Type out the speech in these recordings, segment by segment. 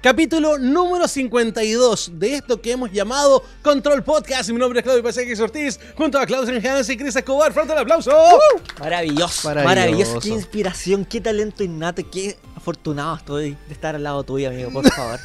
Capítulo número 52 de esto que hemos llamado Control Podcast. Mi nombre es Claudio Pasegues Ortiz, junto a Klaus Hans y Chris Escobar. ¡Fuerte el aplauso! Maravilloso, Maravilloso. maravilloso, Qué inspiración, qué talento innato, qué afortunado estoy de estar al lado tuyo, amigo, por favor.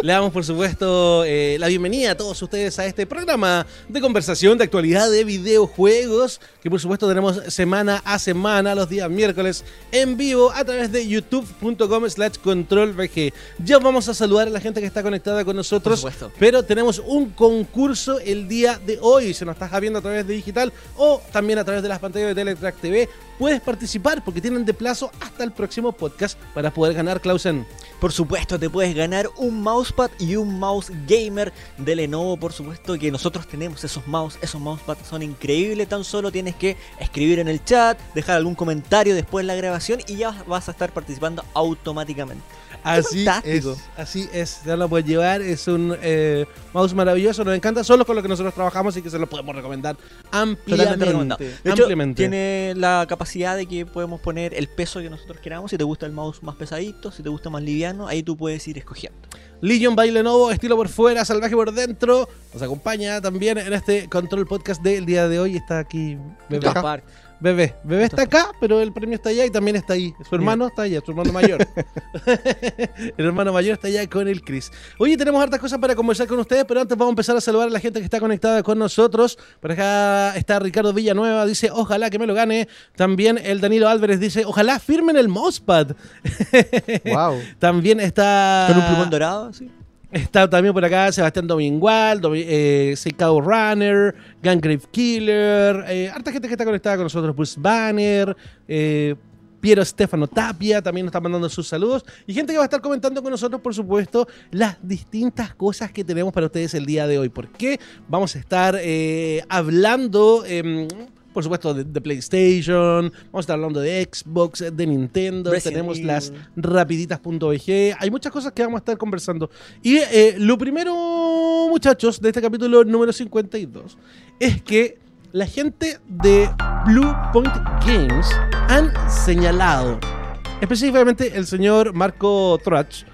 Le damos, por supuesto, eh, la bienvenida a todos ustedes a este programa de conversación de actualidad de videojuegos, que por supuesto tenemos semana a semana, los días miércoles, en vivo a través de youtube.com slash controlvg. Ya vamos a saludar a la gente que está conectada con nosotros, Por supuesto. pero tenemos un concurso el día de hoy. Se nos estás viendo a través de digital o también a través de las pantallas de Teletrack TV. Puedes participar porque tienen de plazo hasta el próximo podcast para poder ganar, Clausen. Por supuesto, te puedes ganar un mousepad y un mouse gamer de Lenovo, por supuesto que nosotros tenemos esos mouse, esos mousepads son increíbles, tan solo tienes que escribir en el chat, dejar algún comentario después de la grabación y ya vas a estar participando automáticamente. Así es, fantástico. así es, ya lo puedes llevar, es un eh, mouse maravilloso, nos encanta, solo con lo que nosotros trabajamos y que se lo podemos recomendar ampliamente. Totalmente recomendado. De hecho, ampliamente. tiene la capacidad de que podemos poner el peso que nosotros queramos. Si te gusta el mouse más pesadito, si te gusta más liviano, ahí tú puedes ir escogiendo. Legion by Lenovo, estilo por fuera, salvaje por dentro, nos acompaña también en este control podcast del día de hoy, está aquí bebé. Otra parte. Bebé, bebé está acá, pero el premio está allá y también está ahí. Su hermano está allá, su hermano mayor. el hermano mayor está allá con el Chris. Oye, tenemos hartas cosas para conversar con ustedes, pero antes vamos a empezar a saludar a la gente que está conectada con nosotros. Por acá está Ricardo Villanueva, dice, ojalá que me lo gane. También el Danilo Álvarez dice, ojalá firmen el Mospad. Wow. También está... Con un plumón dorado, sí. Está también por acá Sebastián Domingual, Domi- eh, Seikao Runner, Gangrave Killer, eh, harta gente que está conectada con nosotros, Bruce Banner, eh, Piero Stefano Tapia también nos está mandando sus saludos y gente que va a estar comentando con nosotros, por supuesto, las distintas cosas que tenemos para ustedes el día de hoy. Porque vamos a estar eh, hablando... em, por supuesto, de, de PlayStation, vamos a estar hablando de Xbox, de Nintendo, Resident tenemos Evil. las rapiditas.bg, hay muchas cosas que vamos a estar conversando. Y eh, lo primero, muchachos, de este capítulo número 52, es que la gente de Blue Point Games han señalado, específicamente el señor Marco Trach,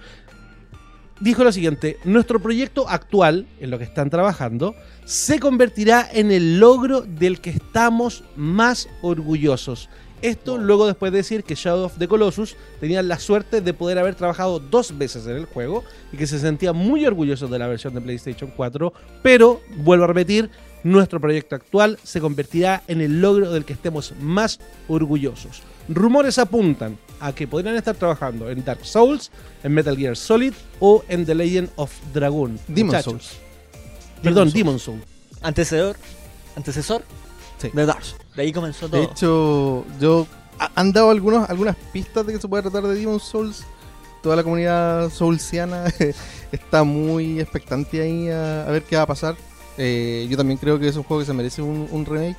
dijo lo siguiente, nuestro proyecto actual, en lo que están trabajando, se convertirá en el logro del que estamos más orgullosos. Esto luego después de decir que Shadow of the Colossus tenía la suerte de poder haber trabajado dos veces en el juego y que se sentía muy orgulloso de la versión de PlayStation 4, pero, vuelvo a repetir, nuestro proyecto actual se convertirá en el logro del que estemos más orgullosos. Rumores apuntan a que podrían estar trabajando en Dark Souls, en Metal Gear Solid o en The Legend of Dragon. Demon Muchachos. Souls. Perdón, Demon Souls. Demon Souls. Antecedor, antecesor Sí. de Dark. Souls. De ahí comenzó todo. De hecho, yo ha- han dado algunos, algunas pistas de que se puede tratar de Demon Souls. Toda la comunidad soulsiana está muy expectante ahí a, a ver qué va a pasar. Eh, yo también creo que es un juego que se merece un, un remake.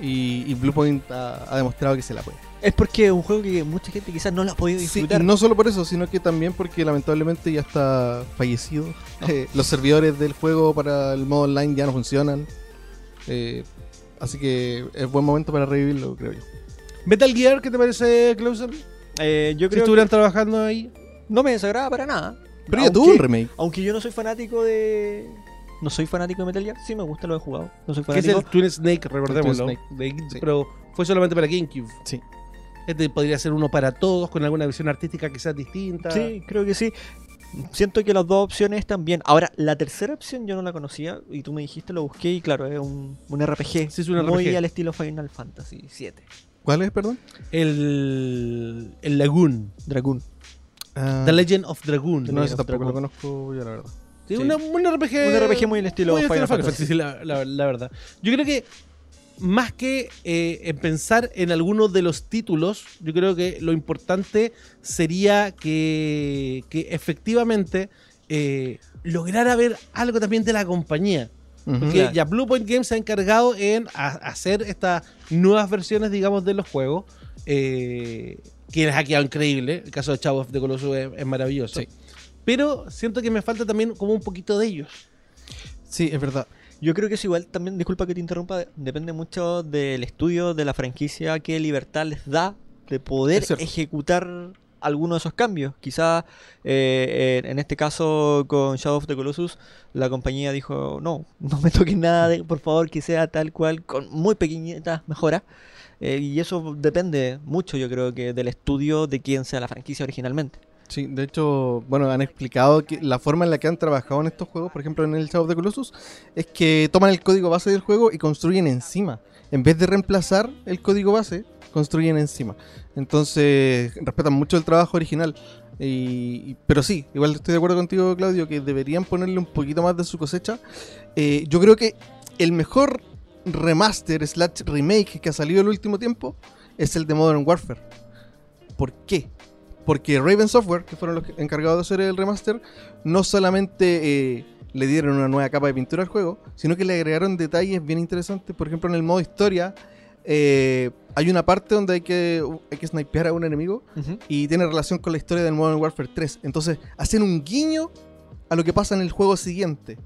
Y, y Bluepoint ha, ha demostrado que se la puede. es porque es un juego que mucha gente quizás no lo ha podido disfrutar. y no solo por eso, sino que también porque lamentablemente ya está fallecido. Eh, los servidores del juego para el modo online ya no funcionan. Eh, así que es buen momento para revivirlo, creo yo. Metal Gear, ¿qué te parece, Clausen? Eh, yo Si creo estuvieran trabajando ahí. que no me desagrada para nada. Pero ya Aunque- tuvo un remake. Aunque yo no soy fanático de... No soy fanático de Metal Gear, sí me gusta lo he jugado. No soy Que es fanático. el Twin Snake, recordémoslo. Twin De- sí. Pero fue solamente para GameCube. Sí. Este podría ser uno para todos, con alguna visión artística quizás distinta. Sí, creo que sí. Siento que las dos opciones están bien. Ahora, la tercera opción yo no la conocía y tú me dijiste, lo busqué y claro, es un, un RPG. Sí, es un Muy RPG. al estilo Final Fantasy VII. ¿Cuál es, perdón? El, el Lagoon. Dragoon. Ah, The Legend of Dragoon. No, Legend ese of tampoco Dragon. lo conozco yo, la verdad. Sí, Sí. una- un RPG. Un RPG muy al estilo muy Final Final Fantasy. Fantasy, la, la- la verdad. Yo creo que más que eh, en pensar en alguno de los títulos, yo creo que lo importante sería que, que efectivamente eh, lograra ver algo también de la compañía. Ujú. Porque Claro. ya Blue Point Games se ha encargado en a- hacer estas nuevas versiones, digamos, de los juegos. eh, que les ha quedado increíble. El caso de Chavo de Colossus es, es maravilloso. Sí. Pero siento que me falta también como un poquito de ellos. Sí, es verdad. Yo creo que es igual también, disculpa que te interrumpa, de- depende mucho del estudio, de la franquicia, qué libertad les da de poder Es cierto. ejecutar alguno de esos cambios. Quizá eh, eh, en este caso con Shadow of the Colossus la compañía dijo, no, no me toquen nada, de- por favor que sea tal cual, con muy pequeñitas mejoras. Eh, y eso depende mucho, yo creo que, del estudio de quién sea la franquicia originalmente. Sí, de hecho, bueno, han explicado que la forma en la que han trabajado en estos juegos, por ejemplo en el Shadow of the Colossus, es que toman el código base del juego y construyen encima. En vez de reemplazar el código base, construyen encima. Entonces, respetan mucho el trabajo original. Y- y- pero sí, igual estoy de acuerdo contigo, Claudio, que deberían ponerle un poquito más de su cosecha. Eh, yo creo que el mejor remaster slash remake que ha salido el último tiempo es el de Modern Warfare. ¿Por qué? Porque Raven Software, que fueron los que- encargados de hacer el remaster, no solamente eh, le dieron una nueva capa de pintura al juego, sino que le agregaron detalles bien interesantes. Por ejemplo, en el modo historia, eh, hay una parte donde hay que, hay que snipear a un enemigo y tiene relación con la historia del Modern Warfare 3. Entonces, hacen un guiño a lo que pasa en el juego siguiente.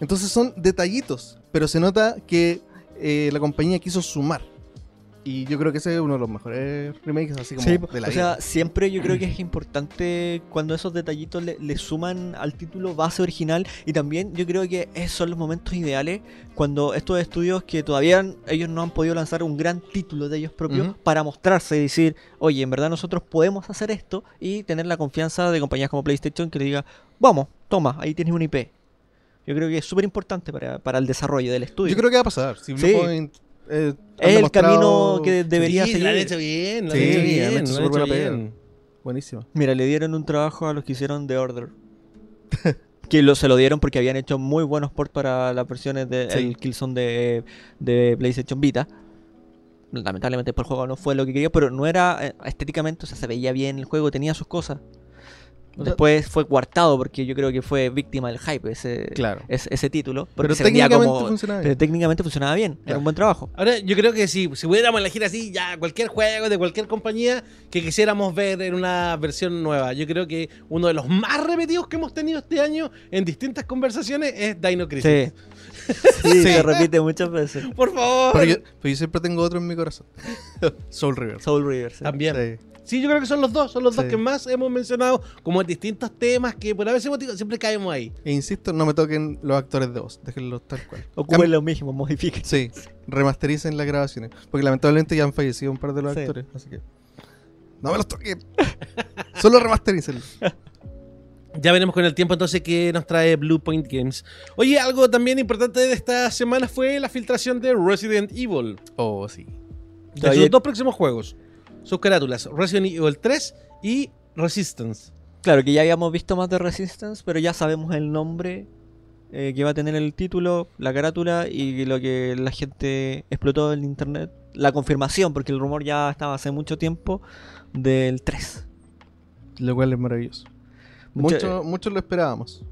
Entonces, son detallitos, pero se nota que eh, la compañía quiso sumar. Y yo creo que ese es uno de los mejores remakes, así como Sí, de la o vida. sea, siempre yo creo que es importante cuando esos detallitos le, le suman al título base original y también yo creo que esos son los momentos ideales cuando estos estudios que todavía han- ellos no han podido lanzar un gran título de ellos propios Ujú. para mostrarse y decir, oye, en verdad nosotros podemos hacer esto y tener la confianza de compañías como PlayStation que le diga, vamos, toma, ahí tienes un IP. Yo creo que es súper importante para, para el desarrollo del estudio. Yo creo que va a pasar. Si Blue Sí. Point, eh, han es el demostrado- camino que debería Sí, seguir. La han hecho bien, la Sí, han hecho han bien. hecho la han súper hecho buena pega. bien. Buenísima. Mira, le dieron un trabajo a los que hicieron The Order. que lo, se lo dieron porque habían hecho muy buenos ports para las versiones del Sí. Killzone de, de PlayStation Vita. Lamentablemente por el juego no fue lo que quería, pero no era eh, estéticamente, o sea, se veía bien el juego, tenía sus cosas. sea- Después fue coartado porque yo creo que fue víctima del hype ese, Claro. ese, ese título. porque Pero se vendía técnicamente como- funcionaba bien. pero técnicamente funcionaba bien, era Claro. un buen trabajo. Ahora, yo creo que si, si pudiéramos elegir así, ya cualquier juego de cualquier compañía que quisiéramos ver en una versión nueva, yo creo que uno de los más repetidos que hemos tenido este año en distintas conversaciones es Dino Crisis. Sí. sí, se repite muchas veces. Por favor. Pero yo, pero yo siempre tengo otro en mi corazón. Soul River. Soul River. sí. También. Sí. Sí, yo creo que son los dos, son los dos Sí. que más hemos mencionado como en distintos temas que por a veces motivo siempre caemos ahí. E insisto, no me toquen los actores de voz. Déjenlos tal cual. Ocupen lo mismo, modifiquen. Sí, remastericen las grabaciones. Porque lamentablemente ya han fallecido un par de los Sí. actores. Así que. No me los toquen. Solo remastericen. Ya veremos con el tiempo entonces que nos trae Blue Point Games. Oye, algo también importante de esta semana fue la filtración de Resident Evil. Oh, sí. De Todavía- sus dos próximos juegos. Sus carátulas, Resident Evil 3 y Resistance. Claro, que ya habíamos visto más de Resistance, pero ya sabemos el nombre eh, que va a tener el título, la carátula y lo que la gente explotó en internet. La confirmación, porque el rumor ya estaba hace mucho tiempo, del 3. Lo cual es maravilloso. Mucho- Mucho, mucho lo esperábamos.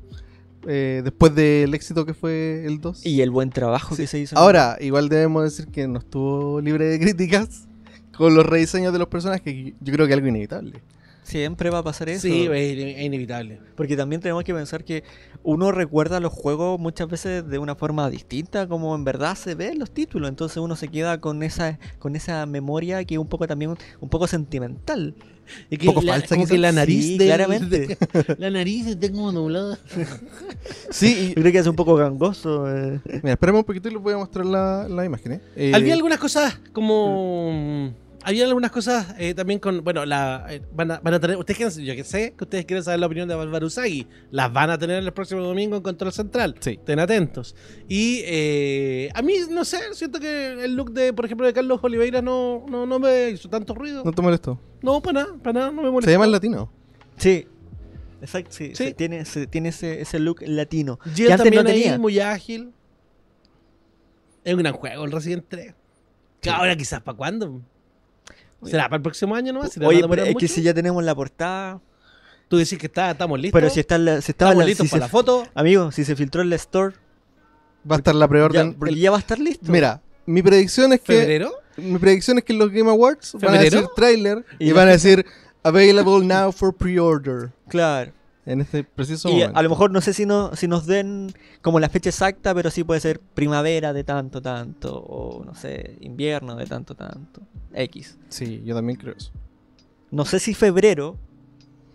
Eh, después del éxito que fue el 2. Y el buen trabajo que se hizo. Ahora, igual debemos decir que no estuvo libre de críticas con los rediseños de los personajes, que yo creo que es algo inevitable. Siempre va a pasar eso. Sí, es, es inevitable. Porque también tenemos que pensar que uno recuerda los juegos muchas veces de una forma distinta, como en verdad se ven los títulos. Entonces uno se queda con esa, con esa memoria que es un poco también un poco sentimental. Y Poco la, falsa, como quizás. que la nariz Sí, del- claramente. la nariz está como nublada. Sí, Yo creo que es un poco gangoso. eh. y- mira, esperemos un poquito y les voy a mostrar la, la imagen. ¿eh? Eh, Había algunas cosas como. Había algunas cosas eh, también con. Bueno, la, eh, van, a, van a tener. Ustedes quieren- yo que sé que ustedes quieren saber la opinión de Bárbara Usagi. Las van a tener el próximo domingo en Control Central. Sí. Estén atentos. Y eh, a mí, no sé, siento que el look de, por ejemplo, de Carlos Oliveira no, no, no me hizo tanto ruido. No te molesto. No, para nada, para nada, no me Se molesta. llama el latino. Sí. Exacto, sí. Sí. se tiene, se tiene ese, ese look latino. Jill que antes no también ahí, tenía. muy ágil. Es un gran juego el Resident 3. Que Ahora quizás para cuándo. ¿Será para el próximo año nomás? ¿Si no Oye, van a pero demorar es que mucho? si ya tenemos la portada. Tú decís que está, estamos listos. Pero si está en la, si estaba en estamos la, listos si para se- la foto. Amigo, si se filtró en la store, Va a estar la ya, preorden. porque el- ya va a estar listo. Mira, mi predicción es que ¿Febrero? mi predicción es que en los Game Awards van a ¿Febrero? decir trailer y, Y van la- a decir available now for pre-order Claro. en este preciso Y momento. a lo mejor no sé si, no, si nos den como la fecha exacta, pero sí puede ser primavera de tanto, tanto, o no sé, invierno de tanto, tanto, X. Sí, yo también creo eso. No sé si febrero,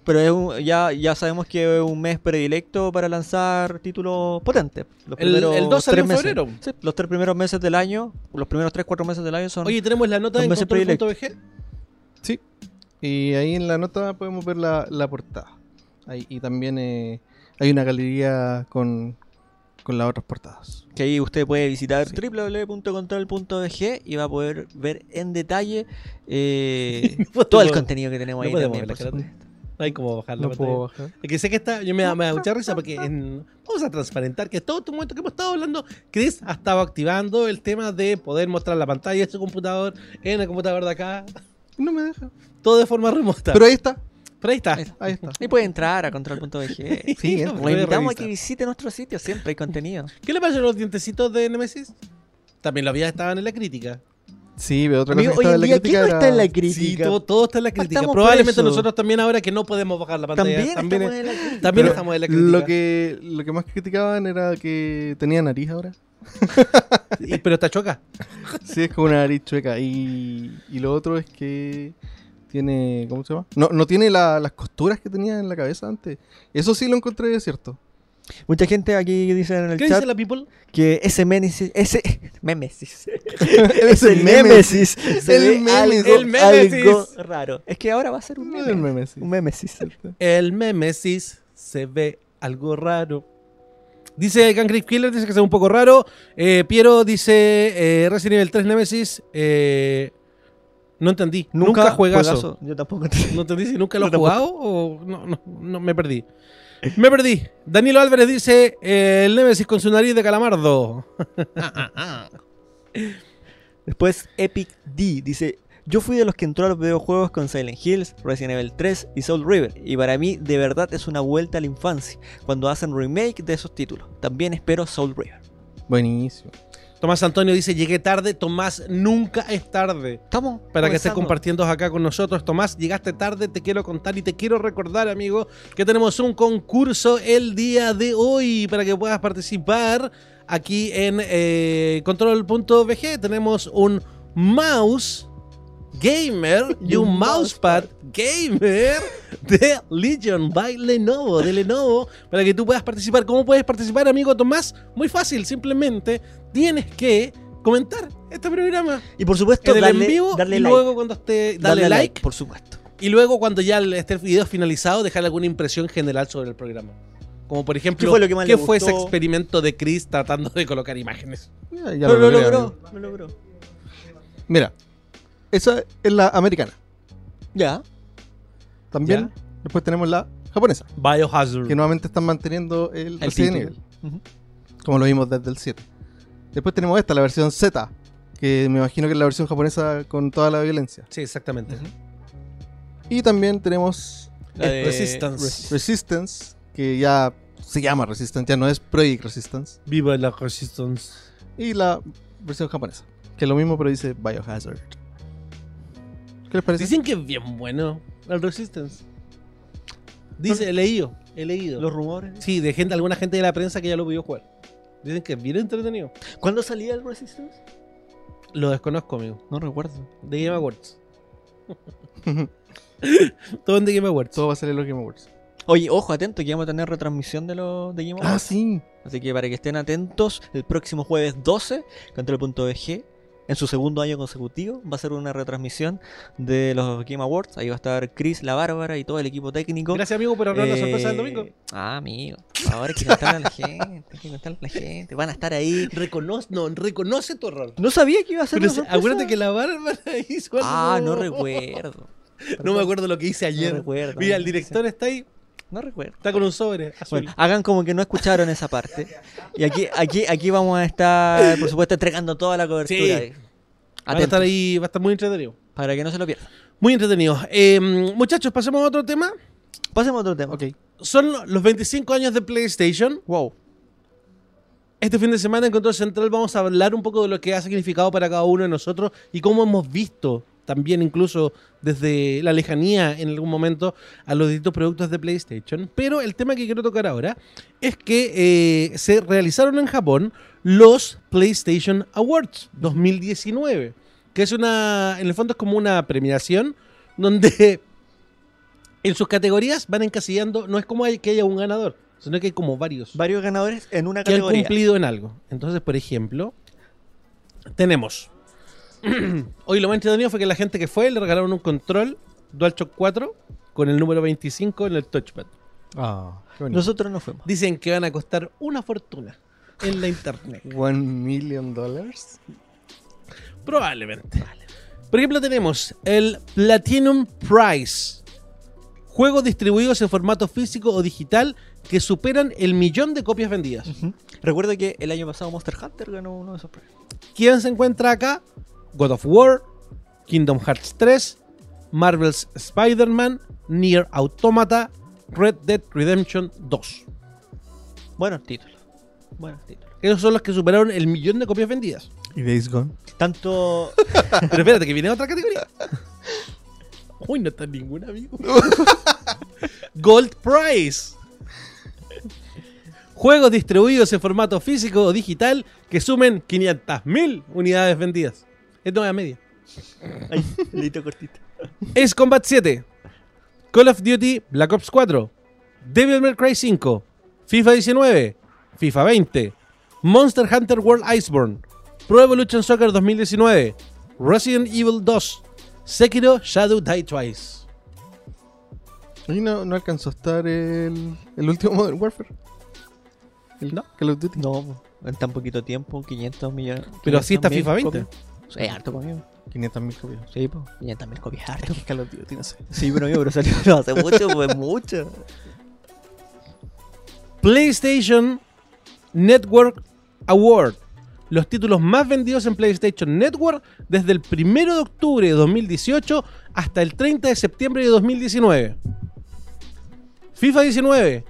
pero es un- ya, ya sabemos que es un mes predilecto para lanzar títulos potentes. Los El- el 2 salió en meses. febrero. Sí, los tres primeros meses del año, los primeros tres, cuatro meses del año son... Oye, tenemos la nota Los en meses control.bg. Sí. Y ahí en la nota podemos ver la, la portada. Ahí, y también eh, hay una galería con, con las otras portadas. que ahí usted puede visitar Sí. www.control.bg E y va a poder ver en detalle eh, No todo el podemos- contenido que tenemos no ahí podemos también, ver la por cara. supuesto. No hay como bajar Ah, la No pantalla. puedo bajar. Porque sé que está, yo me da, me da mucha risa porque en- vamos a transparentar que todo este momento que hemos estado hablando, Chris ha estado activando el tema de poder mostrar la pantalla de su computador en el computador de acá, No me deja. todo de forma remota. Pero ahí está. Pero ahí está. ahí está. Ahí está. Y puede entrar a control.bg. Lo Sí, eh. Lo puede invitamos a que revisar. visite nuestro sitio, siempre hay contenido. ¿Qué le parecen los dientecitos de Nemesis? También los había estaban en la crítica. Sí, veo otra cosa Amigo, que estaba en la crítica. ¿quién no está en la era- Sí, crítica? todo, todo está en la crítica. Partamos por Probablemente eso. nosotros también ahora que no podemos bajar la pantalla. También, también, estamos en la crítica. también Pero estamos en la crítica. Lo que, lo que más criticaban era que tenía nariz ahora. Y- pero está choca. Sí, es como una nariz chueca. Y, y lo otro es que tiene. ¿Cómo se llama? No, no tiene la- las costuras que tenía en la cabeza antes. Eso sí lo encontré cierto. Mucha gente aquí dice en el ¿Qué chat dice la people? que ese Menesis, ese Memesis, Ese ese Memesis, El el Memesis. Algo, El Memesis. algo raro. Es que ahora va a ser un meme, El meme, sí. un Memesis. El memesis se ve algo raro. Dice Gangrip Killer, dice que se ve un poco raro. Eh, Piero dice eh, Resident Evil 3 Nemesis. eh, no entendí. Nunca, juegazo. juegazo. Yo tampoco. No entendí si nunca lo he No, tampoco. jugado o no, no, no, me perdí. Me perdí. Danilo Álvarez dice eh, el Nemesis con su nariz de calamardo. Después Epic D dice, yo fui de los que entró a los videojuegos con Silent Hills, Resident Evil 3 y Soul River, y para mí de verdad es una vuelta a la infancia cuando hacen remake de esos títulos. También espero Soul River. Buenísimo. Tomás Antonio dice llegué tarde. Tomás nunca es tarde. Estamos Para que estés comenzando. compartiendo acá con nosotros, Tomás, llegaste tarde, te quiero contar y te quiero recordar, amigo, que tenemos un concurso el día de hoy para que puedas participar aquí en eh, control.bg. Tenemos un mouse gamer y un mousepad gamer de Legion by Lenovo, de Lenovo, para que tú puedas participar. ¿Cómo puedes participar, amigo Tomás? Muy fácil, simplemente tienes que comentar este programa Y por supuesto, en el darle, en vivo darle y like. luego cuando esté dale, Darle like, por supuesto. y luego cuando ya el- esté el video finalizado dejar alguna impresión general sobre el programa como por ejemplo ¿Qué fue lo que más le fue ese gustó? experimento de Chris tratando de colocar imágenes Ya, ya Pero lo lo logré, logró, amigo. lo logró. Mira, esa es la americana. Ya. También después tenemos la japonesa, Biohazard que nuevamente están manteniendo el, Resident Mm. título. Evil, Ujú. como lo vimos desde el 7. Después tenemos esta, la versión Z, que me imagino que es la versión japonesa con toda la violencia. sí exactamente Eh, Y también tenemos eh, La de- Resistance. Res- Resistance, que ya se llama Resistance, ya no es Project Resistance. viva la resistance Y la versión japonesa, que es lo mismo pero dice Biohazard. ¿Qué les parece? dicen que es bien bueno el resistance dice he leído he leído Los rumores. sí de gente alguna gente de la prensa que ya lo vio jugar dicen que es bien entretenido ¿Cuándo salía el Resistance? lo desconozco amigo No recuerdo. de Game Awards todo en The Game Awards Todo va a salir en los Game Awards. Oye, ojo, atento, que vamos a tener retransmisión de los de Game Ah, Awards. sí. Así que para que estén atentos, el próximo jueves 12, Control.bg, en su segundo año consecutivo, va a ser una retransmisión de los Game Awards. Ahí va a estar Chris, la Bárbara y todo el equipo técnico. Gracias, amigo, por hablar de la sorpresa del Eh, domingo. Ah, amigo. Ahora hay que contarle a la gente. Hay que contarle a la gente. Van a estar ahí. Reconoce, no, reconoce tu error. No sabía que iba a ser Pero una se- sorpresa. acuérdate que la Bárbara hizo algo. Ah, no recuerdo. No me acuerdo lo que hice ayer. No recuerdo. Mira, el director está ahí, No recuerdo. está con un sobre azul. Bueno, hagan como que no escucharon esa parte. Y aquí, aquí, aquí vamos a estar, por supuesto, entregando toda la cobertura. Sí. va a Atentos, estar ahí, va a estar muy entretenido. para que no se lo pierdan. Muy entretenido. Eh, muchachos, pasemos a otro tema. Pasemos a otro tema. Ok. Son lo- los 25 años de PlayStation. Wow. Este fin de semana en Control Central vamos a hablar un poco de lo que ha significado para cada uno de nosotros y cómo hemos visto también incluso desde la lejanía en algún momento a los distintos productos de PlayStation. Pero el tema que quiero tocar ahora es que eh, se realizaron en Japón los PlayStation Awards 2019, que es una, en el fondo es como una premiación donde en sus categorías van encasillando, no es como hay- que haya un ganador, sino que hay como varios Varios ganadores en una que han categoría. cumplido en algo. Entonces, por ejemplo, tenemos. Hoy lo más entretenido fue que la gente que fue le regalaron un control DualShock 4 con el número 25 en el touchpad. Ah, qué bonito. Nosotros no fuimos. Dicen que van a costar una fortuna en la internet. One million dollars. Probablemente. Por ejemplo, tenemos el Platinum Prize. Juegos distribuidos en formato físico o digital que superan el millón de copias vendidas. Ujú. Recuerdo que el año pasado Monster Hunter ganó uno de esos premios. ¿Quién se encuentra acá? God of War, Kingdom Hearts 3, Marvel's Spider-Man, Nier Automata, Red Dead Redemption 2. Buenos títulos. Buenos títulos. Esos son los que superaron el millón de copias vendidas. Y Days Gone. Tanto. Pero espérate, que viene otra categoría. Uy, no está ningún amigo. Gold Prize. Juegos distribuidos en formato físico o digital que sumen 500.000 unidades vendidas. Esto es a media. Ay, dedito cortito. Ace Combat 7, Call of Duty Black Ops 4, Devil May Cry 5, FIFA 19, FIFA 20, Monster Hunter World Iceborne, Pro Evolution Soccer 2019, Resident Evil 2, Sekiro Shadow Die Twice. Oye, no, no alcanzó a estar el, el último Modern Warfare. El No. Call of Duty. No, en tan poquito tiempo, 500 millones. Pero así está 500.000 FIFA 20. copias. Sí, harto conmigo. 500 mil copias. Sí, po. 500 mil copias, harto. Call of Duty, no sé. Sí, pero amigo, pero salió no, hace mucho, pues mucho. PlayStation Network Award. Los títulos más vendidos en PlayStation Network desde el 1 de octubre de 2018 hasta el 30 de septiembre de 2019. FIFA 19,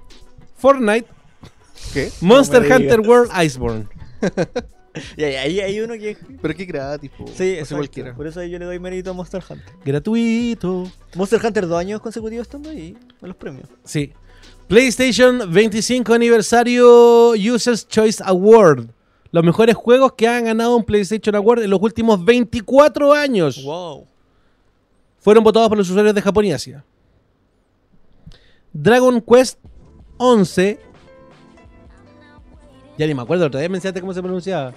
Fortnite, ¿Qué? Monster digas. Hunter World Iceborne. Y ahí- ahí hay uno que. Pero que gratis, po. Sí, Hace exacto. cualquiera. Por eso ahí yo le doy mérito a Monster Hunter. Gratuito. Monster Hunter dos años consecutivos estando ahí en los premios. Sí. PlayStation 25 Aniversario Users Choice Award. Los mejores juegos que han ganado un PlayStation Award en los últimos 24 años. Wow. fueron votados por los usuarios de Japón y Asia. Dragon Quest 11. Ya ni me acuerdo, otra vez mencionaste cómo se pronunciaba.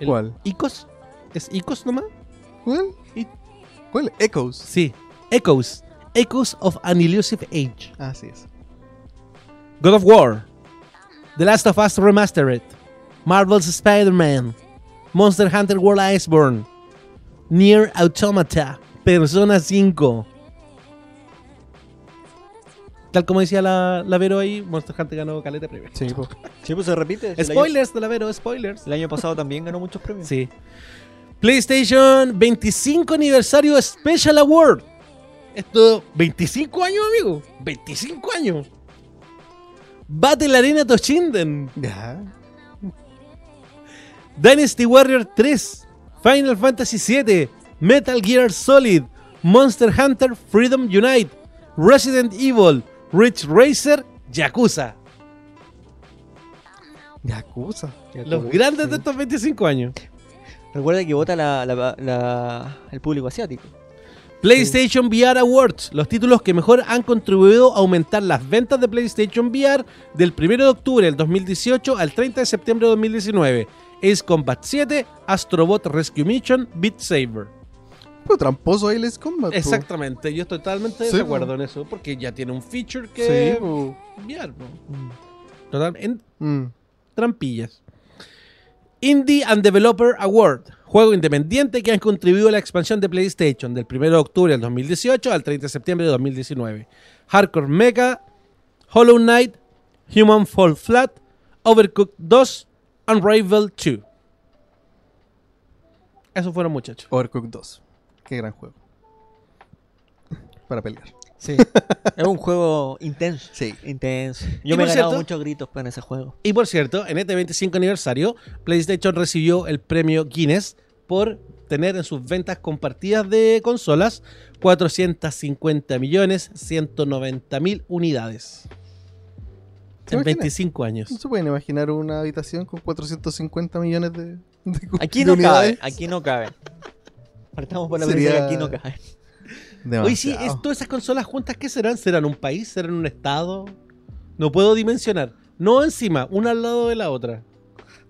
El- ¿Cuál? ¿Icos? ¿Es Icos nomás? ¿Cuál? ¿Cuál? Echoes. Sí. Echoes. Echoes of an Elusive Age. Así es. God of War. The Last of Us Remastered. Marvel's Spider-Man. Monster Hunter World Iceborne. Near Automata. Persona 5. Tal como decía la, la Vero ahí, Monster Hunter ganó caleta primero. Sí, po. Sí, pues se repite. Si El año, Spoilers de la Vero, spoilers. el año pasado también ganó muchos premios. Sí. PlayStation 25 Aniversario Special Award. Esto, 25 años, amigo. 25 años. Battle Arena Toshinden. Ya. Dynasty Warrior 3, Final Fantasy VII, Metal Gear Solid, Monster Hunter Freedom Unite, Resident Evil, Rich Racer, Yakuza. Yakuza. Los grandes de estos 25 años. Recuerda que vota la, la- la- el público asiático. PlayStation VR Awards, los títulos que mejor han contribuido a aumentar las ventas de PlayStation VR del 1 de octubre del 2018 al 30 de septiembre de 2019. Ace Combat 7, Astrobot Rescue Mission, Beat Saber. Pero tramposo ahí les combat. po. Exactamente, yo estoy totalmente de Sí, acuerdo po. en eso, porque ya tiene un feature Sí, que po. VR, po. Total, en Mm. trampillas. Indie and Developer Award, juego independiente que han contribuido a la expansión de PlayStation del 1 de octubre del 2018 al 30 de septiembre de 2019. Hardcore Mega, Hollow Knight, Human Fall Flat, Overcooked 2, Unravel 2. Esos fueron muchachos. Overcooked 2. Qué gran juego. Para pelear. Sí. es un juego intenso. Sí. Intenso. Y Yo me he por ganado cierto- muchos gritos en ese juego. Y por cierto, en este 25 aniversario, PlayStation recibió el premio Guinness por tener en sus ventas compartidas de consolas 450 millones 190 mil unidades. ¿Te En imaginas? 25 años. ¿No se pueden imaginar una habitación con 450 millones de, de cu- Aquí de no cabe. unidades? Aquí no cabe. Partamos por la Sería- premisa que aquí no cabe. Hoy sí, es- todas esas consolas juntas, ¿qué serán? ¿Serán un país? ¿Serán un estado? No puedo dimensionar. No encima, una al lado de la otra.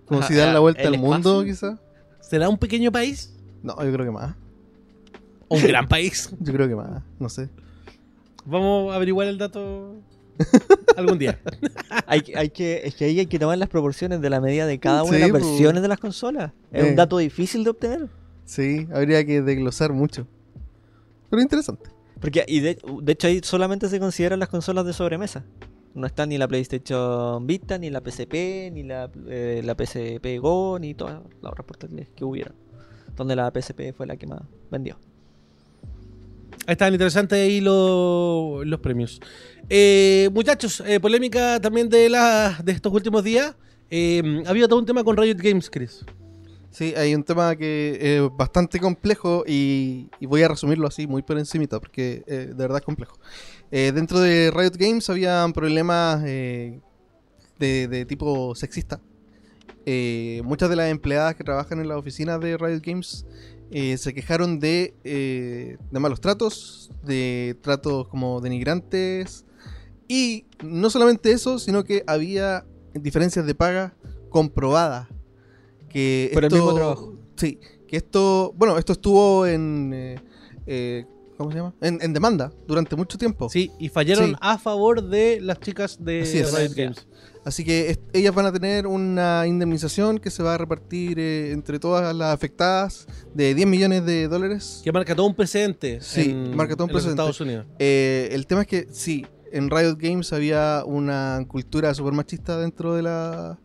Como Ajá, si dan ah, la vuelta el al mundo, espacio. quizás. ¿Será un pequeño país? No, yo creo que más. ¿O un gran país? Yo creo que más. No sé. Vamos a averiguar el dato algún día. hay, que- hay que, es que ahí hay que tomar las proporciones de la medida de cada una de Sí, las pues. versiones de las consolas. Es Eh. un dato difícil de obtener. Sí, habría que desglosar mucho. Pero interesante. Porque y de, de hecho ahí solamente se consideran las consolas de sobremesa. No está ni la PlayStation Vita, ni la PSP, ni la, eh, la PSP Go, ni todas las otras portátiles que hubiera. Donde la PSP fue la que más vendió. Ahí están interesantes ahí lo- los premios. Eh, muchachos, eh, polémica también de, la, de estos últimos días. Eh, ha habido todo un tema con Riot Games, Chris. Sí, hay un tema que es bastante complejo y, y voy a resumirlo así, muy por encimita, porque eh, de verdad es complejo. Eh, dentro de Riot Games habían problemas eh, de, de tipo sexista. Eh, muchas de las empleadas que trabajan en las oficinas de Riot Games eh, se quejaron de, eh, de malos tratos, de tratos como denigrantes. Y no solamente eso, sino que había diferencias de paga comprobadas. Que Por el esto- mismo trabajo. Sí, que esto, bueno, esto estuvo en... eh, eh, ¿Cómo se llama? En, en demanda durante mucho tiempo. Sí, y fallaron Sí. a favor de las chicas de Así es. Riot Games. Así que est- ellas van a tener una indemnización que se va a repartir eh, entre todas las afectadas de 10 millones de dólares. Que marca todo un precedente. Sí, marca todo un en los precedente. Estados Unidos. Eh, el tema es que sí, en Riot Games había una cultura súper machista dentro de la,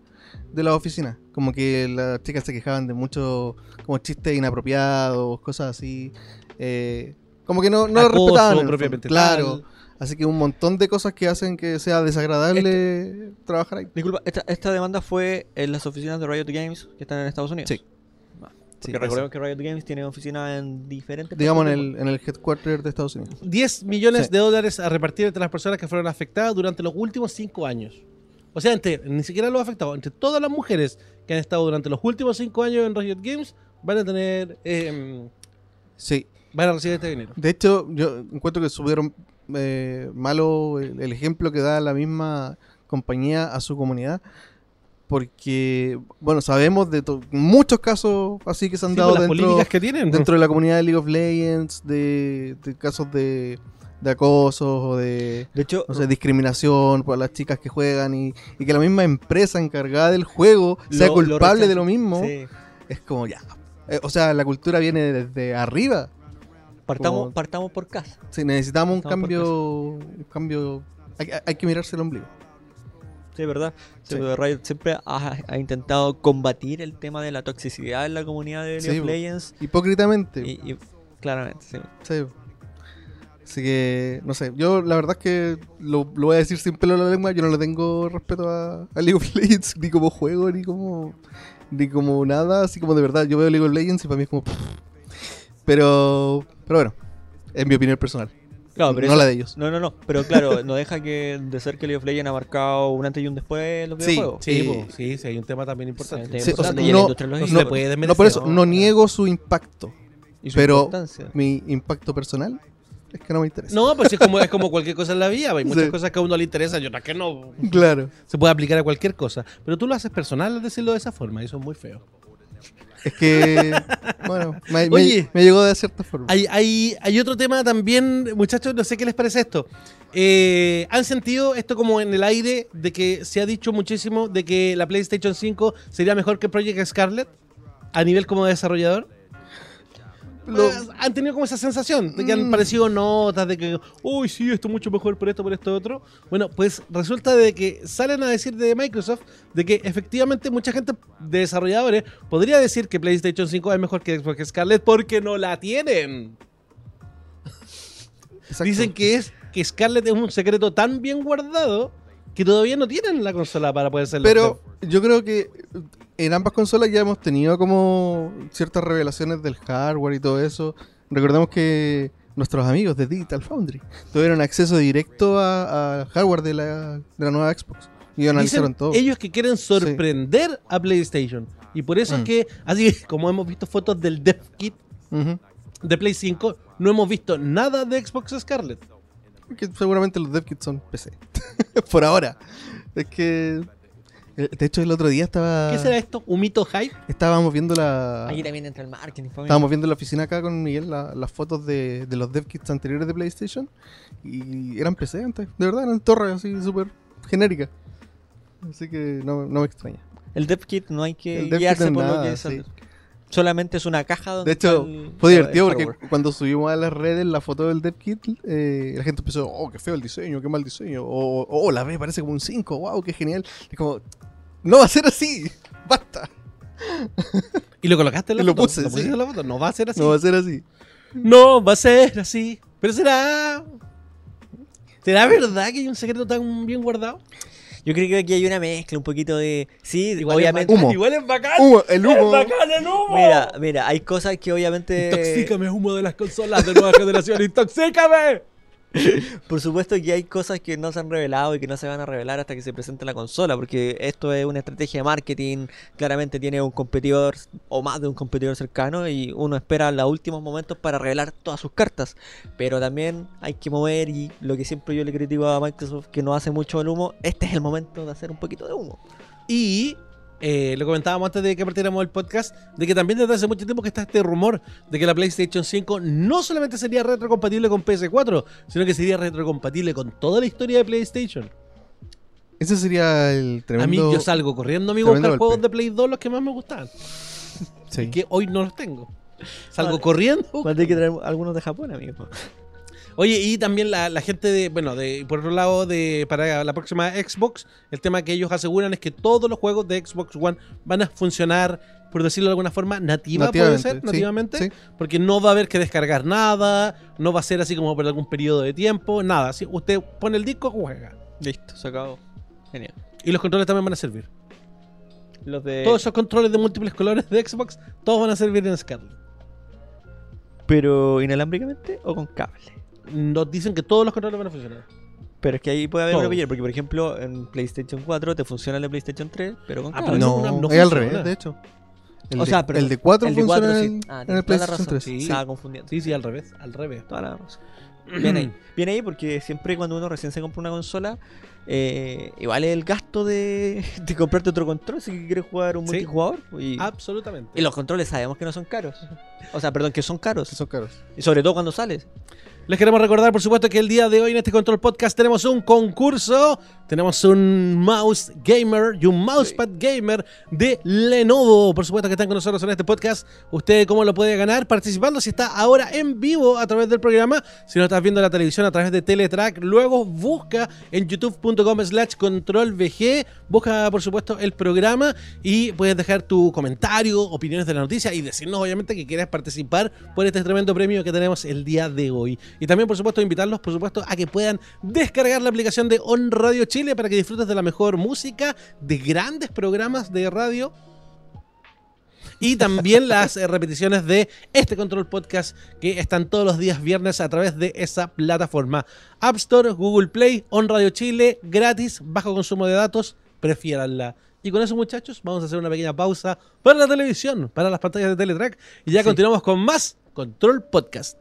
de la oficina. Como que las chicas se quejaban de muchos como chistes inapropiados, cosas así. Eh, como que no, no Acoso, respetaban. en el propiamente fondo. claro. tal. Así que un montón de cosas que hacen que sea desagradable trabajar ahí. Disculpa, esta, esta demanda fue en las oficinas de Riot Games que están en Estados Unidos. Ah, Sí. Sí, Porque recordemos que Riot Games tiene oficinas en diferentes. digamos, en partes del el, en el headquarter de Estados Unidos. 10 millones Sí. de dólares a repartir entre las personas que fueron afectadas durante los últimos 5 años. O sea, entre, ni siquiera los afectados, entre todas las mujeres que han estado durante los últimos 5 años en Riot Games, van a tener. eh, Sí. van a recibir este dinero. De hecho, yo encuentro que subieron eh, malo el, el ejemplo que da la misma compañía a su comunidad. Porque, bueno, sabemos de to- muchos casos así que se han Sí, dado con las dentro, políticas que tienen. dentro de la comunidad de League of Legends, de, de casos de, de acosos o de De hecho, no sé, discriminación por las chicas que juegan y, y que la misma empresa encargada del juego sea Lo- lo culpable de rechaza. lo mismo. sí. Es como ya. Eh, o sea, la cultura viene desde arriba. partamos, Como- partamos por casa. Si necesitamos un Estamos por cambio. Un cambio. Hay, hay que mirarse el ombligo. Sí, ¿verdad? Sí, Sí. pero Riot siempre ha, ha intentado combatir el tema de la toxicidad en la comunidad de League Sí, of po. Legends. Hipócritamente. Y, y- claramente, sí. sí. Así que, no sé. Yo, la verdad es que lo, lo voy a decir sin pelo en la lengua. Yo no le tengo respeto a, a League of Legends, ni como juego, ni como. Ni como nada. Así como de verdad, yo veo League of Legends y para mí es como. pff. Pero. Pero bueno. Es mi opinión personal. Claro, no pero eso- la de ellos. no, no, no. Pero claro, no deja que de ser que League of Legends ha marcado un antes y un después en los Sí, videojuegos. Sí, Eh, po, sí, sí, hay un tema también importante. Sí, o sea, importante, y en la no- industria de los no se videojuegos. le puede No por eso, desmerecer, no niego su impacto. Y su pero- importancia. Mi impacto personal es que no me interesa. No, pues es como, es como cualquier cosa en la vida. Hay muchas Sí. cosas que a uno le interesan y otras que no. Claro. Se puede aplicar a cualquier cosa. Pero tú lo haces personal al decirlo de esa forma y eso es muy feo. Es que, bueno, me, me- Oye. me llegó de cierta forma. Hay, hay, hay otro tema también, muchachos, no sé qué les parece esto. Eh, ¿Han sentido esto como en el aire de que se ha dicho muchísimo de que la PlayStation 5 sería mejor que Project Scarlet a nivel como desarrollador? Lo- Eh, ¿Han tenido como esa sensación de que han Mm. parecido notas de que, uy, sí, esto es mucho mejor por esto, por esto, otro? Bueno, pues resulta de que salen a decir de Microsoft de que efectivamente mucha gente de desarrolladores podría decir que PlayStation 5 es mejor que Xbox Scarlett porque no la tienen. exacto. Dicen que es que Scarlett es un secreto tan bien guardado que todavía no tienen la consola para poder hacerlo. Pero yo creo que en ambas consolas ya hemos tenido como ciertas revelaciones del hardware y todo eso. Recordemos que nuestros amigos de Digital Foundry tuvieron acceso directo a, a hardware de la, de la nueva Xbox. Y analizaron Dicen todo. ellos que quieren sorprender a PlayStation. Y por eso es Mm. que, así como hemos visto fotos del Dev Kit Ujú. de Play 5, no hemos visto nada de Xbox Scarlet. Porque seguramente los dev kits son PC. Por ahora. Es que. eh, De hecho, el otro día estaba. ¿Qué será esto? ¿Un mito hype? Estábamos viendo la. Aquí también entra el marketing, familia. Estábamos viendo en la oficina acá con Miguel la- las fotos de, de los dev kits anteriores de PlayStation y eran PC antes, de verdad, eran torres así súper genéricas. Así que no, no me extraña. El dev kit no hay que El dev kit guiarse no es por lo nada, que es. sí. el- Solamente es una caja donde. De hecho, está el- fue divertido el porque hardware. cuando subimos a las redes la foto del dev kit, eh, la gente empezó, oh, qué feo el diseño, qué mal diseño, o oh, la B parece como un 5, wow, qué genial. Y como, no va a ser así, basta, ¿Y lo colocaste en la Lo foto? puse, pusiste sí. en la foto? No va a ser así. no va a ser así. No va a ser así. Pero será. ¿Será verdad que hay un secreto tan bien guardado? Yo creo que aquí hay una mezcla, un poquito de. Sí, obviamente. es bacán, Humo. Igual es bacán. Humo, el humo. eh, Es bacán el humo. Mira, mira, hay cosas que obviamente. Intoxícame, humo de las consolas de nueva generación. Intoxícame. Por supuesto que hay cosas que no se han revelado y que no se van a revelar hasta que se presente la consola, porque esto es una estrategia de marketing, claramente tiene un competidor o más de un competidor cercano y uno espera los últimos momentos para revelar todas sus cartas, pero también hay que mover y lo que siempre yo le critico a Microsoft que no hace mucho el humo, este es el momento de hacer un poquito de humo. Y eh, lo comentábamos antes de que partiéramos el podcast, de que también desde hace mucho tiempo que está este rumor de que la PlayStation 5 no solamente sería retrocompatible con PS4, sino que sería retrocompatible con toda la historia de PlayStation. Ese sería el A mí tremendo... yo salgo corriendo, amigo, a buscar tremendo golpe. juegos de Play 2 los que más me gustaban, Sí. que hoy no los tengo. Salgo Vale. corriendo. a Va a tener que traer algunos de Japón, amigo. Oye, y también la, la gente de, bueno, de, por otro lado, de para la próxima Xbox, el tema que ellos aseguran es que todos los juegos de Xbox One van a funcionar, por decirlo de alguna forma, nativa, puede ser, sí, nativamente, sí. porque no va a haber que descargar nada, no va a ser así como por algún periodo de tiempo, nada. Si usted pone el disco, juega. Listo, se acabó. Genial. Y los controles también van a servir. Los Eh. de... Todos esos controles de múltiples colores de Xbox, todos van a servir en Scarlet. Pero inalámbricamente o con cable. Nos dicen que todos los controles van a funcionar. Pero es que ahí puede haber Todo. una pillera, porque por ejemplo en PlayStation 4 te funciona el de PlayStation 3, pero con Ah, cable. pero No, no- no es al funciona. revés, de hecho. El, O de, sea, perdón, el de 4 el de funciona 4 en, sí. el- Ah, tienes en el toda la PlayStation razón, 3. sí. Estaba confundiendo. Sí, sí, al revés, al revés. Toda la razón. Bien ahí. Bien ahí porque siempre cuando uno recién se compra una consola, eh, igual es el gasto de, de comprarte otro control si quieres jugar un Sí. multijugador. pues, Y, Absolutamente. y los controles sabemos que no son caros. O sea, perdón, que son caros. Son caros. Y sobre todo cuando sales. Les queremos recordar, por supuesto, que el día de hoy en este Control Podcast tenemos un concurso. Tenemos un mouse gamer y un mousepad gamer de Lenovo. Por supuesto que están con nosotros en este podcast. Usted cómo lo puede ganar participando si está ahora en vivo a través del programa. Si no estás viendo la televisión a través de Teletrack, luego busca en youtube.com slash controlvg. Busca, por supuesto, el programa y puedes dejar tu comentario, opiniones de la noticia y decirnos, obviamente, que quieres participar por este tremendo premio que tenemos el día de hoy. Y también, por supuesto, invitarlos, por supuesto, a que puedan descargar la aplicación de On Radio Chile para que disfrutes de la mejor música, de grandes programas de radio. Y también las eh, repeticiones de este Control Podcast que están todos los días viernes a través de esa plataforma. App Store, Google Play, On Radio Chile, gratis, bajo consumo de datos, prefiéranla. Y con eso, muchachos, vamos a hacer una pequeña pausa para la televisión, para las pantallas de Teletrack. Y ya continuamos con más Control Podcast.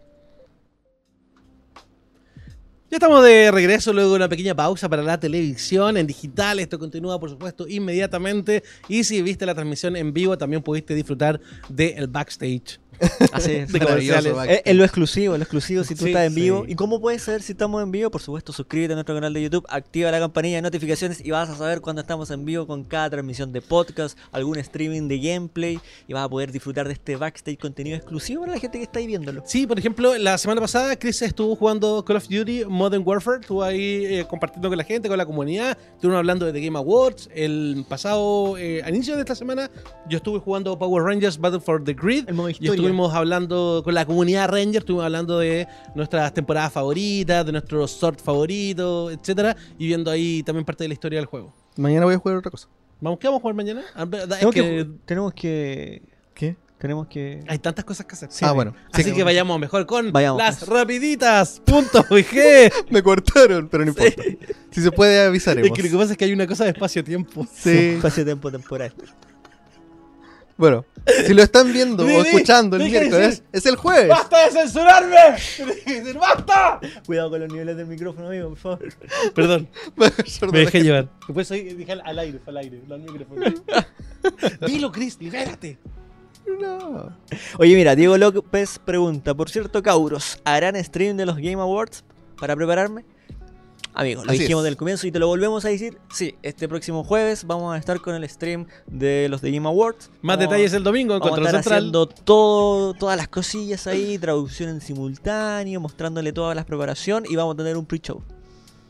Ya estamos de regreso luego de una pequeña pausa para la televisión en digital. Esto continúa, por supuesto, inmediatamente. Y si viste la transmisión en vivo, también pudiste disftar del backstage. Así es. De maravilloso, Es- va. Es lo exclusivo, es lo exclusivo si tú Sí, estás en vivo. sí. ¿Y cómo puedes saber si estamos en vivo? Por supuesto, suscríbete a nuestro canal de YouTube, activa la campanilla de notificaciones y vas a saber cuando estamos en vivo con cada transmisión de podcast, algún streaming de gameplay y vas a poder disfrutar de este backstage contenido exclusivo para la gente que está ahí viéndolo. Sí, por ejemplo, la semana pasada Chris estuvo jugando Call of Duty Modern Warfare, estuvo ahí eh, compartiendo con la gente, con la comunidad, estuvieron hablando de The Game Awards. El pasado, eh, a inicio de esta semana, yo estuve jugando Power Rangers Battle for the Grid. El modo Y historia. estuvimos hablando con la comunidad Ranger, estuvimos hablando de nuestras temporadas favoritas, de nuestro sort favorito, etcétera, y viendo ahí también parte de la historia del juego. Mañana voy a jugar otra cosa. Vamos, ¿qué vamos a jugar mañana? Ah, verdad, Es Tenemos que, que ju- tenemos que... ¿Qué? Tenemos que... hay tantas cosas que hacer. ah, bueno. Así Sí, que vayamos mejor con Vayamos. las rapiditas. Punto VG. Me cortaron, pero no importa. Si se puede, avisaremos. Es que lo que pasa es que hay una cosa de espacio-tiempo. Sí. Espacio tiempo temporal. Bueno, si lo están viendo o Dime, escuchando el dime que miércoles, sí. es el jueves. ¡Basta de censurarme! Tenés que decir, ¡Basta! Cuidado con los niveles del micrófono, amigo, por favor. Perdón, Perdón. me dejé llevar. Después ahí dije al- al aire, fue al aire, no al micrófono. Dilo, Chris, libérate. No. Oye, mira, Diego López pregunta, por cierto, Cauros, ¿harán stream de los Game Awards para prepararme? Amigos, lo Así dijimos es. del comienzo y te lo volvemos a decir. Sí, este próximo jueves vamos a estar con el stream de los de Game Awards. Más Vamos- detalles el domingo en Vamos a Control estar Central. haciendo todo, todas las cosillas ahí, traducción en simultáneo, mostrándole todas las preparaciones y vamos a tener un pre-show.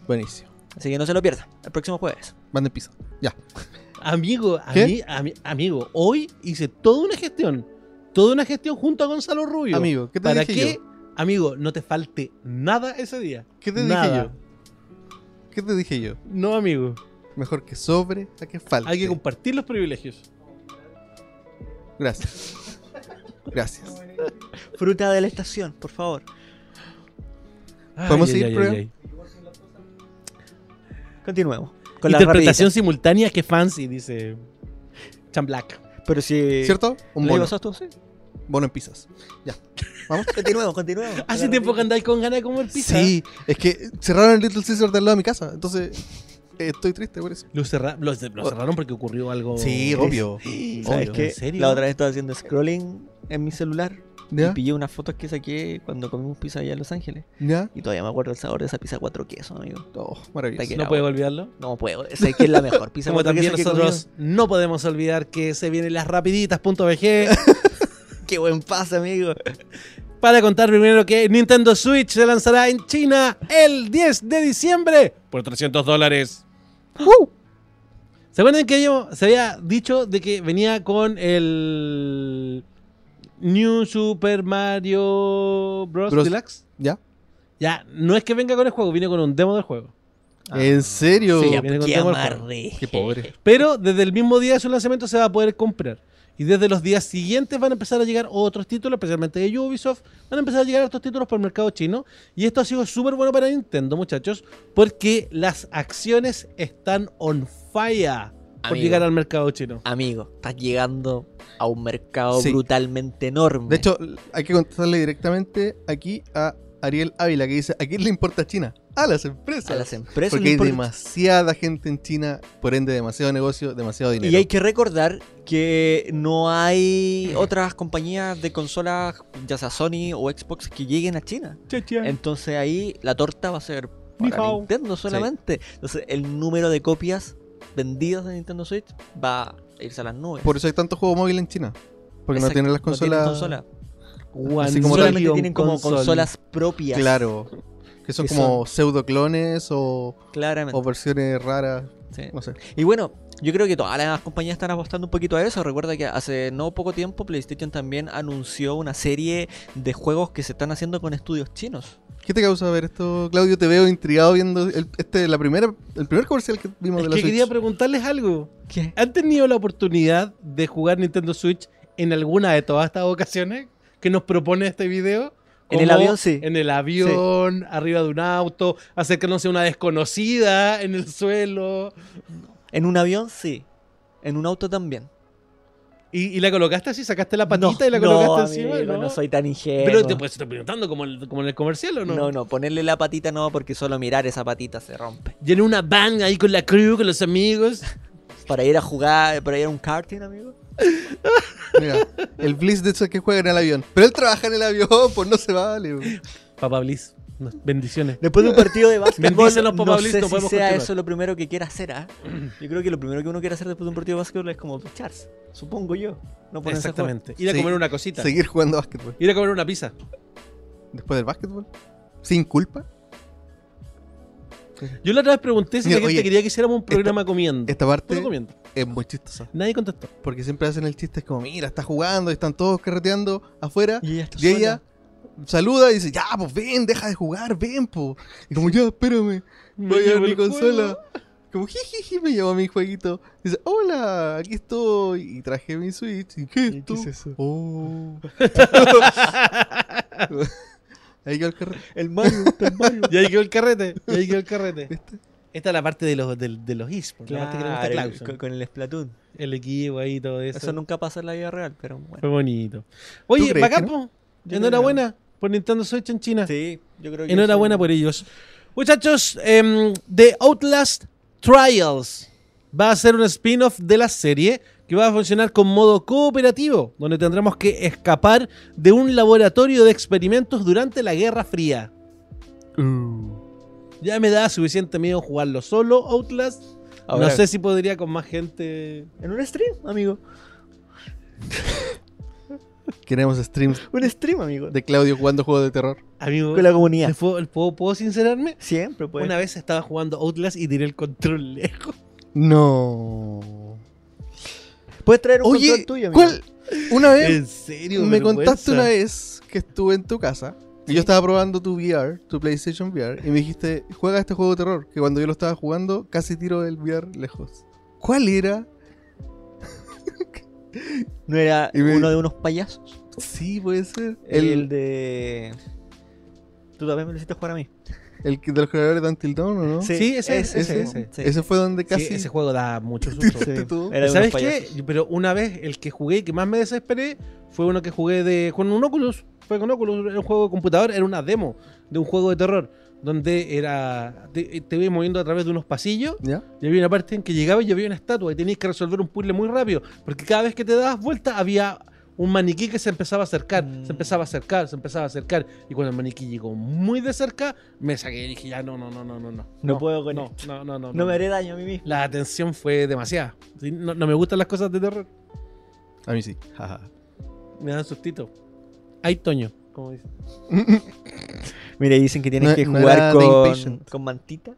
Buenísimo. Así que no se lo pierdan, el próximo jueves. Van de pizza. Ya. Amigo, a ¿Qué? mí- a mí- amigo, hoy hice toda una gestión. Toda una gestión junto a Gonzalo Rubio. Amigo, ¿qué te ¿Para dije qué? yo? Amigo, no te falte nada ese día. ¿Qué te Nada. dije yo? ¿Qué te dije yo? No, amigo. Mejor que sobre a que falte. Hay que compartir los privilegios. Gracias. Gracias. Fruta de la estación, por favor. ¿Podemos seguir, programa? Continuemos. Con las Interpretación simultánea que fancy, dice Chan Black. rapiditas. Pero Eh, si... ¿Cierto? Un ¿Le bono. pasas tú? Sí. Bono en pizzas. Ya. ¿Vamos? Continuemos, continuemos. Hace tiempo que andáis con ganas de comer pizza. Sí, es que cerraron el Little Caesar del lado de mi casa. Entonces, eh, estoy triste por eso. Lo, cerra- lo- lo Oh. cerraron porque ocurrió algo. Sí, obvio. ¿Sabes Obvio, qué? ¿en serio? La otra vez estaba haciendo scrolling en mi celular ¿Ya? y pillé unas fotos que saqué cuando comimos pizza allá en Los Ángeles. ¿Ya? Y todavía me acuerdo el sabor de esa pizza cuatro quesos, amigo. Oh, maravilloso. Está No puedo olvidarlo. No puedo, sé que es la mejor pizza Como cuatro también quesos que he nosotros no podemos olvidar que se vienen las rapiditas.bg. comido. Qué buen pase, amigo. para contar primero que Nintendo Switch se lanzará en China el 10 de diciembre por 300 dólares. ¿Se acuerdan que yo se había dicho de que venía con el New Super Mario Bros. Bros. Deluxe? ¿Ya? Ya, no es que venga con el juego, viene con un demo del juego. Ah. ¿En serio? Sí, ya, viene pues, con qué tema el amarre. Qué pobre. Pero desde el mismo día de su lanzamiento se va a poder comprar. Y desde los días siguientes van a empezar a llegar otros títulos, especialmente de Ubisoft. Van a empezar a llegar estos títulos por el mercado chino. Y esto ha sido súper bueno para Nintendo, muchachos, porque las acciones están on fire por Amigo. llegar al mercado chino. Amigo, estás llegando a un mercado Sí. brutalmente enorme. De hecho, hay que contestarle directamente aquí a Ariel Ávila que dice, ¿a quién le importa China? A las empresas. a las empresas Porque le hay importa- demasiada gente en China, por ende demasiado negocio, demasiado dinero. Y hay que recordar que no hay otras compañías de consolas, ya sea Sony o Xbox, que lleguen a China. Entonces ahí la torta va a ser Ni para hao. Nintendo solamente. Entonces el número de copias vendidas de Nintendo Switch va a irse a las nubes. Por eso hay tanto juego móvil en China. Porque Exacto, no tienen las consolas. consola. One como solamente million tienen como console. consolas propias. Claro. Que son Que como pseudo clones o, Claramente. o versiones raras. sí. No sé. Y bueno, yo creo que todas las compañías están apostando un poquito a eso. Recuerda que hace no poco tiempo PlayStation también anunció una serie de juegos que se están haciendo con estudios chinos. ¿Qué te causa ver esto, Claudio? Te veo intrigado viendo el, este, la primera, el primer comercial que vimos Es de la que quería Switch. preguntarles algo. ¿Qué? ¿Han tenido la oportunidad de jugar Nintendo Switch en alguna de todas estas ocasiones que nos propone este video? En el Como avión, sí. En el avión, arriba de un auto, acercándose a una desconocida en el suelo. En un avión sí. En un auto también. ¿Y, y la colocaste así? ¿Sacaste la patita No, y la colocaste no, encima? amigo, ¿no? no soy tan ingenuo. Pero te puedes estar preguntando como, el- como en el comercial o no. no? no, ponerle la patita no, porque solo mirar esa patita se rompe. Y en una van ahí con la crew, con los amigos. Para ir a jugar, para ir a un karting, amigo. Mira, el Blitz de esos que juega en el avión. Pero él trabaja en el avión, pues no se vale. güey. Papá Bliss, nos- bendiciones. Después de un partido de básquetbol, Bendícenos, papá no Bliss, sé no si sea podemos continuar. eso lo primero que quiera hacer, ¿ah? Yo creo que lo primero que uno quiere hacer después de un partido de básquetbol es como ducharse, supongo yo. No ponerse a jugar. Exactamente. Ir a Sí. comer una cosita. Seguir jugando básquetbol. Ir a comer una pizza. Después del básquetbol. Sin culpa. Yo la otra vez pregunté si Mira, la gente oye, quería que hiciéramos un programa Mm. comiendo. Esta Puro parte comiendo. es muy chistosa. Nadie contestó. Porque siempre hacen el chiste es como, mira, está jugando, y están todos carreteando afuera. Y ella está Y ella sola. saluda y dice, ya, pues ven, deja de jugar, ven, pues. Y como, ya, espérame, voy a ver mi consola. Como, jijiji, me llevo mi jueguito. Dice, hola, aquí estoy. Y traje mi Switch. ¿Y qué es ¿Y qué esto? es eso? Oh. Ahí quedó el carrete. El Mario, está el Mario. Y ahí quedó el carrete. Y ahí quedó el carrete. ¿viste? Esta es la parte de los, de, de los esports, la parte que le gusta a Claro, Clausen. con, con el Splatoon. El equipo ahí, todo eso. Eso. nunca pasa en la vida real, pero bueno. Fue bonito. Oye, crees que bacán, no? po. Yo Enhorabuena por Nintendo Switch en China. Sí, yo creo que. Enhorabuena eso- por ellos. Muchachos, em, The Outlast Trials va a ser un spin-off de la serie que va a funcionar con modo cooperativo, donde tendremos que escapar de un laboratorio de experimentos durante la Guerra Fría. Uh. Ya me da suficiente miedo jugarlo solo, Outlast. Ahora- no sé si podría con más gente. En un stream, amigo. Queremos streams Un stream, amigo. de Claudio jugando juegos de terror. Amigo, Con la comunidad. ¿te puedo, puedo- puedo sincerarme? Siempre, pues. Una vez estaba jugando Outlast y tiré el control lejos. No. Puedes traer un Oye, control tuyo, amigo. ¿cuál? Una vez En serio, me vergüenza. contaste una vez que estuve en tu casa y yo estaba probando tu VR, tu PlayStation VR, y me dijiste, juega este juego de terror, que cuando yo lo estaba jugando casi tiro el VR lejos. ¿Cuál era? ¿No era Y me- uno de unos payasos? Sí, puede ser. El... El, de. Tú también me lo hiciste jugar a mí. el que- de los creadores de Until Dawn, ¿o no? Sí, ese, ese, ese. ese. sí. Ese fue donde Sí, casi... ese juego da mucho Sí, susto. Tiraste tú. era de ¿Sabes unos qué? payasos. Pero una vez el que jugué y que más me desesperé fue uno que jugué de, con un Oculus. Fue con Oculus, era un juego de computador, era una demo de un juego de terror. Donde era. Te, te ibas moviendo a través de unos pasillos. ¿Ya? Y había una parte en que llegaba y había una estatua. Y tenías que resolver un puzzle muy rápido. Porque cada vez que te dabas vuelta había un maniquí que se empezaba a acercar. Mm. Se empezaba a acercar, se empezaba a acercar. Y cuando el maniquí llegó muy de cerca, me saqué y dije: Ya, no, no, no, no, no. No, puedo con no, esto. no, no, no, No no. me haré daño a mí mismo. La atención fue demasiada. Sí, No, no me gustan las cosas de terror. A mí sí. jaja. Me dan sustito. Ay, Toño. Como dice. Mira, dicen que tienes No- que no jugar era The con, Impatient. con mantita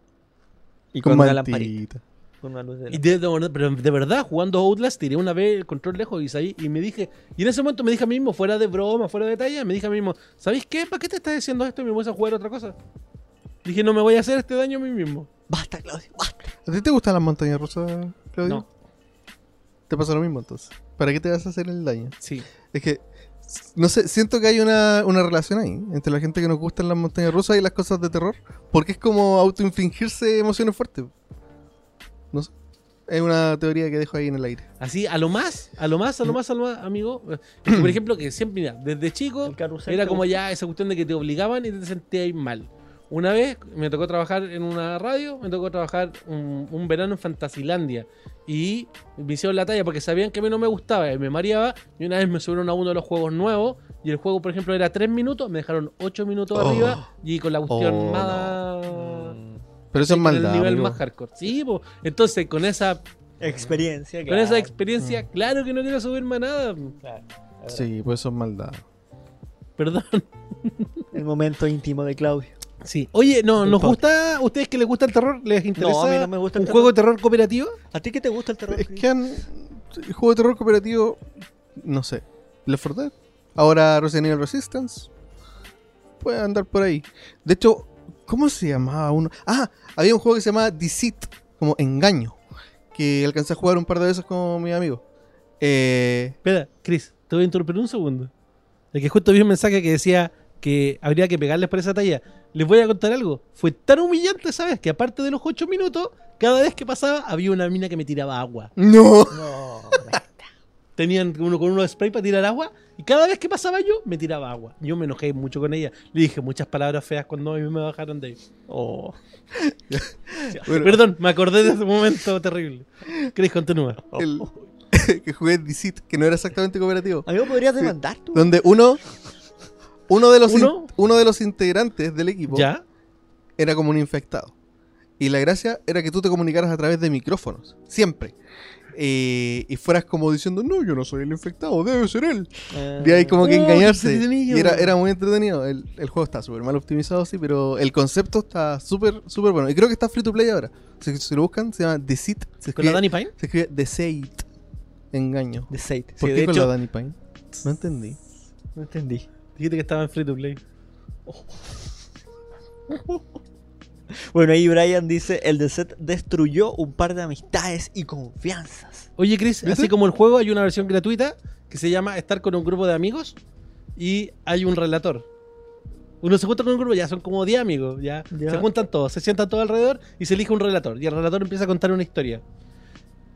y con, Con una lamparita. mantita. Con una luz de Y lámpara. de, de- pero de verdad, jugando Outlast, tiré una vez el control lejos y salí y me dije, y en ese momento me dije a mí mismo, fuera de broma, fuera de talla, me dije a mí mismo, ¿sabéis qué? ¿Para qué te estás diciendo esto y me voy a jugar otra cosa? Dije, no me voy a hacer este daño a mí mismo. Basta, Claudio, basta. ¿A ti te gustan las montañas rusas, Claudio? No, Te pasa lo mismo entonces. ¿Para qué te vas a hacer el daño? sí. Es que, s- no sé, siento que hay una, una relación ahí entre la gente que nos gustan las montañas rusas y las cosas de terror, porque es como autoinfligirse emociones fuertes. No sé. Es una teoría que dejo ahí en el aire. Así, a lo más, a lo más, a lo más, a lo más, amigo. Es que, por ejemplo, que siempre, mira, desde chico El carrusel era te como gusta. ya esa cuestión de que te obligaban y te sentías mal. Una vez me tocó trabajar en una radio, me tocó trabajar un, un verano en Fantasilandia y me hicieron la talla porque sabían que a mí no me gustaba y me mareaba y una vez me subieron a uno de los juegos nuevos y el juego, por ejemplo, era 3 minutos, me dejaron 8 minutos Oh. arriba y con la cuestión Oh, no. más... Mm. Pero eso es con maldad. el nivel amigo. más hardcore. Sí, po. entonces con esa Experiencia, con claro. esa Mm. experiencia, claro que no quiero subirme a nada. Claro, la verdad. Sí, pues eso es maldad. Perdón. El momento íntimo de Claudio. Sí. Oye, no, El ¿nos podcast. gusta? ¿Ustedes que les gusta el terror? ¿Les interesa a mí no me gusta el un terror. juego de terror cooperativo? ¿A ti qué te gusta el terror? Es que han. El juego de terror cooperativo. No sé. Left 4 Dead. Ahora Resident Evil Resistance. Puede andar por ahí. De hecho, ¿cómo se llamaba uno? Ah, había un juego que se llamaba Deceit. Como engaño. Que alcancé a jugar un par de veces con mi amigo. Eh, Espera, Chris, te voy a interrumpir un segundo. El que justo vi un mensaje que decía que habría que pegarles por esa talla. Les voy a contar algo. Fue tan humillante, ¿sabes? Que aparte de los 8 minutos, cada vez que pasaba había una mina que me tiraba agua. no. No, Tenían uno con uno de spray para tirar agua y cada vez que pasaba yo me tiraba agua. Yo me enojé mucho con ella. Le dije muchas palabras feas cuando a mí me bajaron de ahí. Oh. Bueno, Perdón, me acordé de ese momento terrible. Chris, continúa. el- que jugué Deceit, que no era exactamente cooperativo. Amigo, podrías demandar tú. Donde uno. Uno de los, in- ¿Uno? uno de los integrantes del equipo. ¿Ya? era como un infectado. Y la gracia era que tú te comunicaras a través de micrófonos, siempre. Eh, y fueras como diciendo, no, yo no soy el infectado, debe ser él. Ah. De ahí como que Oh, qué engañarse. entretenido. Y era, era muy entretenido. El, el juego está súper mal optimizado, sí, pero el concepto está súper, súper bueno. Y creo que está free to play ahora. Si, si lo buscan, se llama The Seat. Se ¿Con la escribe, Danny Pine? se escribe The Seat. Engaño. De Seite. ¿Por Sí, qué de con hecho, la Danny Pine? No entendí. no entendí. Dijiste que estaba en free to play. Bueno, ahí Brian dice, el de Set destruyó un par de amistades y confianzas. Oye, Chris, ¿Viste? así como el juego, hay una versión gratuita que se llama Estar con un grupo de amigos y hay un relator. Uno se junta con un grupo, ya son como 10 amigos, ya. Ya. Se juntan todos, se sientan todos alrededor y se elige un relator. Y el relator empieza a contar una historia.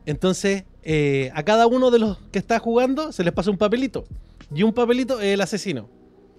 Entonces, eh, a cada uno de los que está jugando se les pasa un papelito. Y un papelito es el asesino.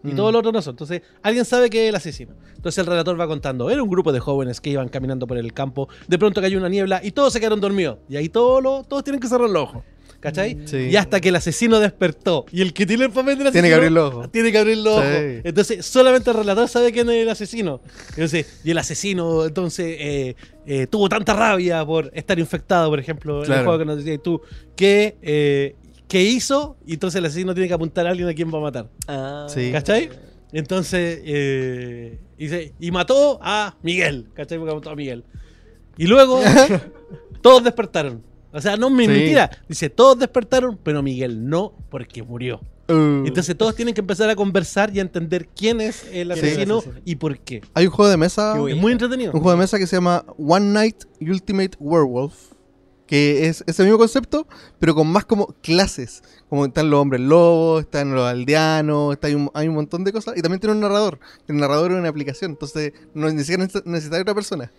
Y Mm. todo lo otro no son. Entonces, alguien sabe que es el asesino. Entonces, el relator va contando. Era un grupo de jóvenes que iban caminando por el campo. De pronto cayó una niebla y todos se quedaron dormidos. Y ahí todos los- todos tienen que cerrar los ojos. ¿Cachai? Sí. Y hasta que el asesino despertó. Y el que tiene el papel del asesino. Tiene que abrir los ojos. Tiene que abrir los Sí. ojos. Entonces, solamente el relator sabe quién es el asesino. Entonces, y el asesino, entonces, eh, eh, tuvo tanta rabia por estar infectado, por ejemplo, en el Claro. juego que nos decías tú, que, eh, que hizo, y entonces el asesino tiene que apuntar a alguien a quien va a matar. Ah, Sí. ¿Cachai? Entonces, eh, y, se- y mató a Miguel, ¿cachai? Porque mató a Miguel. Y luego, todos despertaron. O sea, no, mi- Sí. mentira. Dice, todos despertaron, pero Miguel no, porque murió. Uh. Entonces todos tienen que empezar a conversar y a entender quién es el Sí. asesino Sí, sí, sí. y por qué. Hay un juego de mesa. Qué Es bueno. muy entretenido. Un juego de mesa que se llama One Night Ultimate Werewolf. Que es ese mismo concepto, pero con más como clases. Como están los hombres lobos, están los aldeanos, está, hay, un, hay un montón de cosas. Y también tiene un narrador. El narrador es una aplicación, entonces no es ni siquiera neces- necesaria otra persona.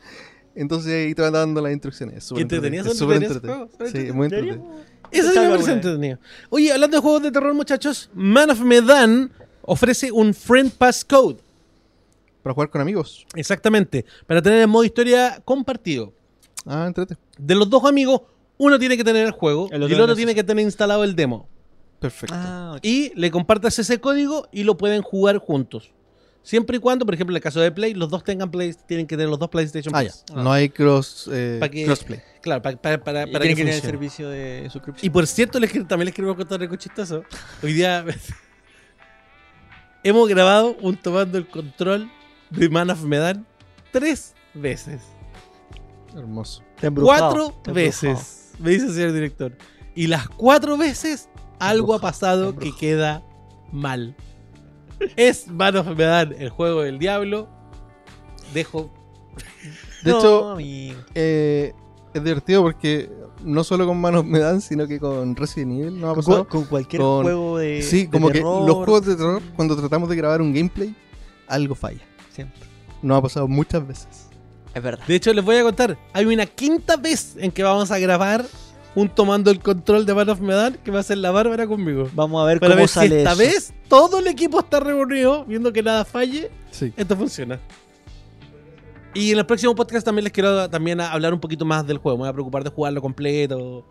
Entonces ahí te van dando las instrucciones. Es súper Qué entretenido, entretenido, es son súper entretenidos esos entretenido. juegos, son Sí, muy entretenido. Deberíamos- Eso sí Está me la parece buena. entretenido. Oye, hablando de juegos de terror, muchachos, Man of Medan ofrece un Friend Pass Code. Para jugar con amigos. Exactamente. Para tener el modo historia compartido. Ah, entrete. De los dos amigos, uno tiene que tener el juego El y otro el otro no. tiene que tener instalado el demo. Perfecto. Ah, ok. Y le compartas ese código y lo pueden jugar juntos. Siempre y cuando, por ejemplo, en el caso de Play, los dos tengan Play, tienen que tener los dos PlayStation Ah, ya. Plus. No hay cross, eh, Pa' que- crossplay. Claro, pa- pa- para, Y para tiene que que tener el funcione. servicio de suscripción. Y por cierto, les, quiero- también les queremos contar algo chistoso. Hoy día hemos grabado un Tomando el Control de Man of Medan tres veces. Hermoso. Está embrujado, cuatro está embrujado. veces, me dice el señor director. Y las cuatro veces algo ha Embrujado, pasado que embrujado. queda mal. Es Man of Medan, el juego del diablo. Dejo... De No, hecho, amigo. eh, es divertido porque no solo con Manos Me Dan, sino que con Resident Evil nos ha con, pasado. con cualquier Con- juego de. Sí, de como que terror, los juegos de terror, cuando tratamos de grabar un gameplay, algo falla. Siempre. Nos ha pasado muchas veces. Es verdad. De hecho, les voy a contar. Hay una quinta vez en que vamos a grabar un Tomando el Control de Man of Medan que va a ser la Bárbara conmigo. Vamos a ver Para cómo ver si sale esta eso. vez todo el equipo está reunido, viendo que nada falle, Sí. esto funciona. Y en el próximo podcast también les quiero también a- hablar un poquito más del juego. Me voy a preocupar de jugarlo completo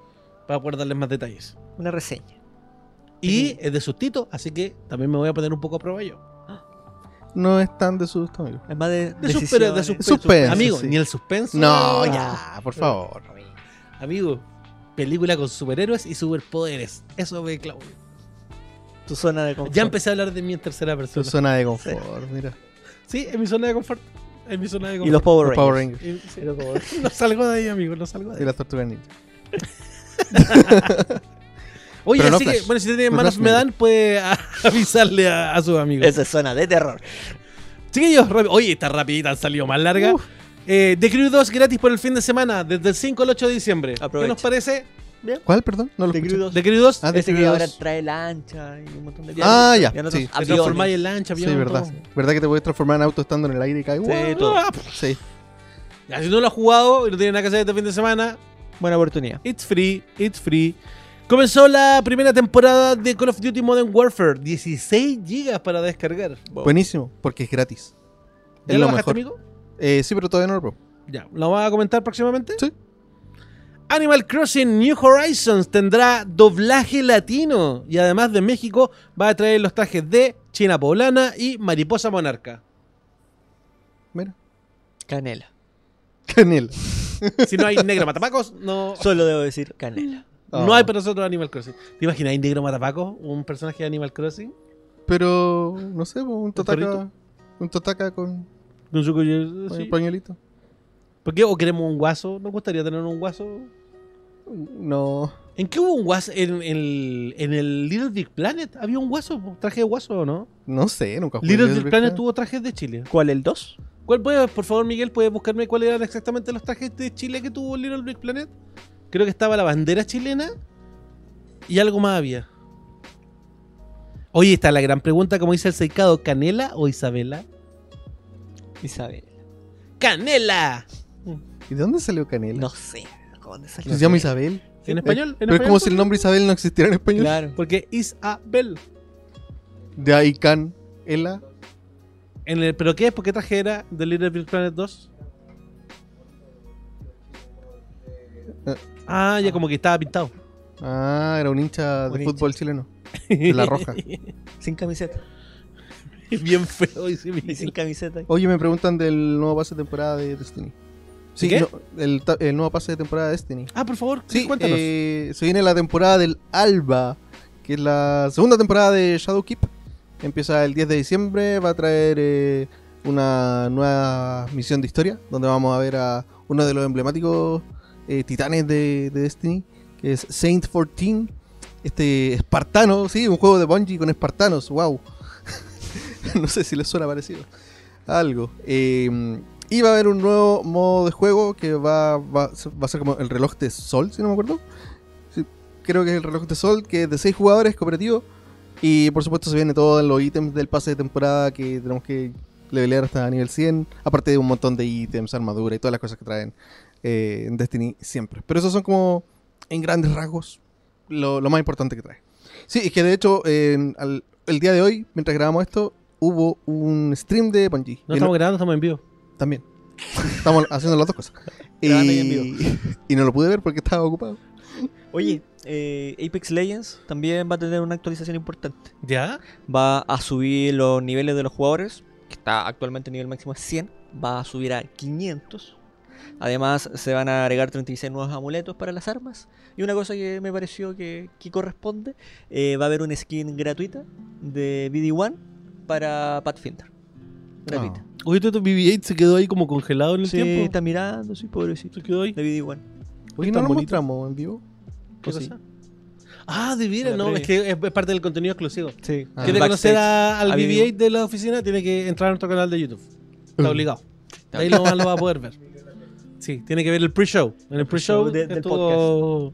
para poder darles más detalles. Una reseña. Y es de sustito, así que también me voy a poner un poco a prueba yo. No es tan de susto, amigo. Es más De de. suspe- decisiones. de suspe- Suspenso, Amigo, sí. ni el suspenso. No, Ah, ya, por favor. Amigo, película con superhéroes y superpoderes. Eso ve Claudio. Tu zona de confort. Ya empecé a hablar de mí en tercera Su persona. zona de confort, mira. Sí, en mi zona de confort. En mi zona de Y los confort. Power Rangers. Los Power Rangers Y- sí, no salgo de ahí, amigo, no salgo de y ahí. las tortugas ninja. Oye, Pero no así que, Flash. bueno, si tienen Pero no manos Flash me dan, puede a- avisarle a, a sus amigos. Esa es zona de terror. Chiquillos, rápido- oye, esta rapidita han salido más larga. Eh, The Crew 2 gratis por el fin de semana, desde el 5 al 8 de diciembre. ¿Qué Aprovecha. nos parece? ¿Cuál, perdón? No lo The escuché. Crew 2. The Crew 2 Ah, The Ese que Crew ahora 2. trae lancha y un montón de Ah, cosas. ya, Y en otros sí. se aviones. transformáis en lancha, Sí, avión, verdad. todo. Ah, ¿Verdad que te puedes transformar en auto estando en el aire y caes? Sí, ¡Wow! todo. pues, Sí. Ya, si no lo has jugado y no tiene nada que hacer este fin de semana, Buena oportunidad. It's free, it's free. Comenzó la primera temporada de Call of Duty Modern Warfare. 16 gigas para descargar. Buenísimo, porque es gratis. Oh. ¿Ya Es lo lo bajaste, mejor. amigo? Eh, sí, pero todavía no lo probé. Ya, ¿lo vas a comentar próximamente? Sí. Animal Crossing New Horizons tendrá doblaje latino. Y además de México, va a traer los trajes de China Poblana y Mariposa Monarca. Mira. Canela. Canela. Si no hay negro matapacos, no, Solo debo decir canela. no Oh. hay para nosotros Animal Crossing. ¿Te imaginas hay negro matapacos? Un personaje de Animal Crossing. Pero, no sé, pues, un totaca. perrito? Un totaca con Con su collar, con sí. el pañuelito. ¿Por qué? ¿O queremos un guaso? ¿Nos gustaría tener un guaso? No. ¿En qué hubo un guaso? ¿En, el, en el Little Big Planet había un guaso, po, traje de guaso o no? No sé, nunca jugué. Little Little Big Big Planet tuvo trajes de Chile. ¿Cuál el 2? ¿Cuál puede, por favor, Miguel, puedes buscarme cuáles eran exactamente los trajes de Chile que tuvo Little Big Planet? Creo que estaba la bandera chilena y algo más había. Oye, está la gran pregunta, como dice el secado, ¿Canela o Isabela? Isabel. ¡Canela! ¿Y de dónde salió Canela? No sé. ¿Dónde salió? Se llama Isabel. En español. en Pero es español, como si el nombre Isabel no existiera en español. Claro. Porque Isabel. De ahí Can, Ela. En el, ¿Pero qué es? ¿Por qué trajera de Little Big Planet 2? Ah, ya como que estaba pintado. Ah, era un hincha Un de hincha. fútbol chileno. De la roja. Sin camiseta. Bien feo ese Y sin Miguel. camiseta. Oye, me preguntan del nuevo pase de temporada de Destiny. Sí, ¿Qué? no, el, ta- el nuevo pase de temporada de Destiny. Ah, por favor, Sí, cuéntanos. eh, se viene la temporada del Alba, que es la segunda temporada de Shadowkeep. Empieza el 10 de diciembre, va a traer eh, una nueva misión de historia, donde vamos a ver a uno de los emblemáticos eh, titanes de, de Destiny, que es Saint 14. Este espartano, sí, un juego de Bungie con espartanos, wow. no sé si les suena parecido. Algo. Eh, y va a haber un nuevo modo de juego que va, va, va a ser como el reloj de sol, si no me acuerdo. Sí, creo que es el reloj de sol, que es de 6 jugadores cooperativo. Y por supuesto se vienen todos los ítems del pase de temporada que tenemos que levelear hasta nivel 100. Aparte de un montón de ítems, armadura y todas las cosas que traen eh, en Destiny siempre. Pero esos son como, en grandes rasgos, lo, lo más importante que trae. Sí, es que de hecho, en- al- el día de hoy, mientras grabamos esto, hubo un stream de Bungie. No Y no- estamos grabando, estamos en vivo. también. Estamos haciendo las dos cosas. y, Grabando y en vivo. y no lo pude ver porque estaba ocupado. Oye, eh, Apex Legends también va a tener una actualización importante. ¿Ya? Va a subir los niveles de los jugadores, que está actualmente el nivel máximo es 100, va a subir a 500. Además, se van a agregar 36 nuevos amuletos para las armas. Y una cosa que me pareció que, que corresponde, eh, va a haber una skin gratuita de BD1 para Pathfinder. Gratuita. Ah. Oye, tu BB-8 se quedó ahí como congelado en el Sí, tiempo. está mirando, sí, pobrecito. Se quedó ahí. De BD1. Oye, Tan no bonito. lo mostramos en vivo. ¿Qué Pues sí. cosa? Ah, de veras, En la no, es que es es parte del contenido exclusivo. Sí. Ah. Quiere conocer a- al a BB-8 de la oficina, tiene que entrar a nuestro canal de YouTube. Está Mm. obligado. De ahí lo, lo va a poder ver. Sí, tiene que ver el pre-show. En el pre-show pre-show de- del estuvo,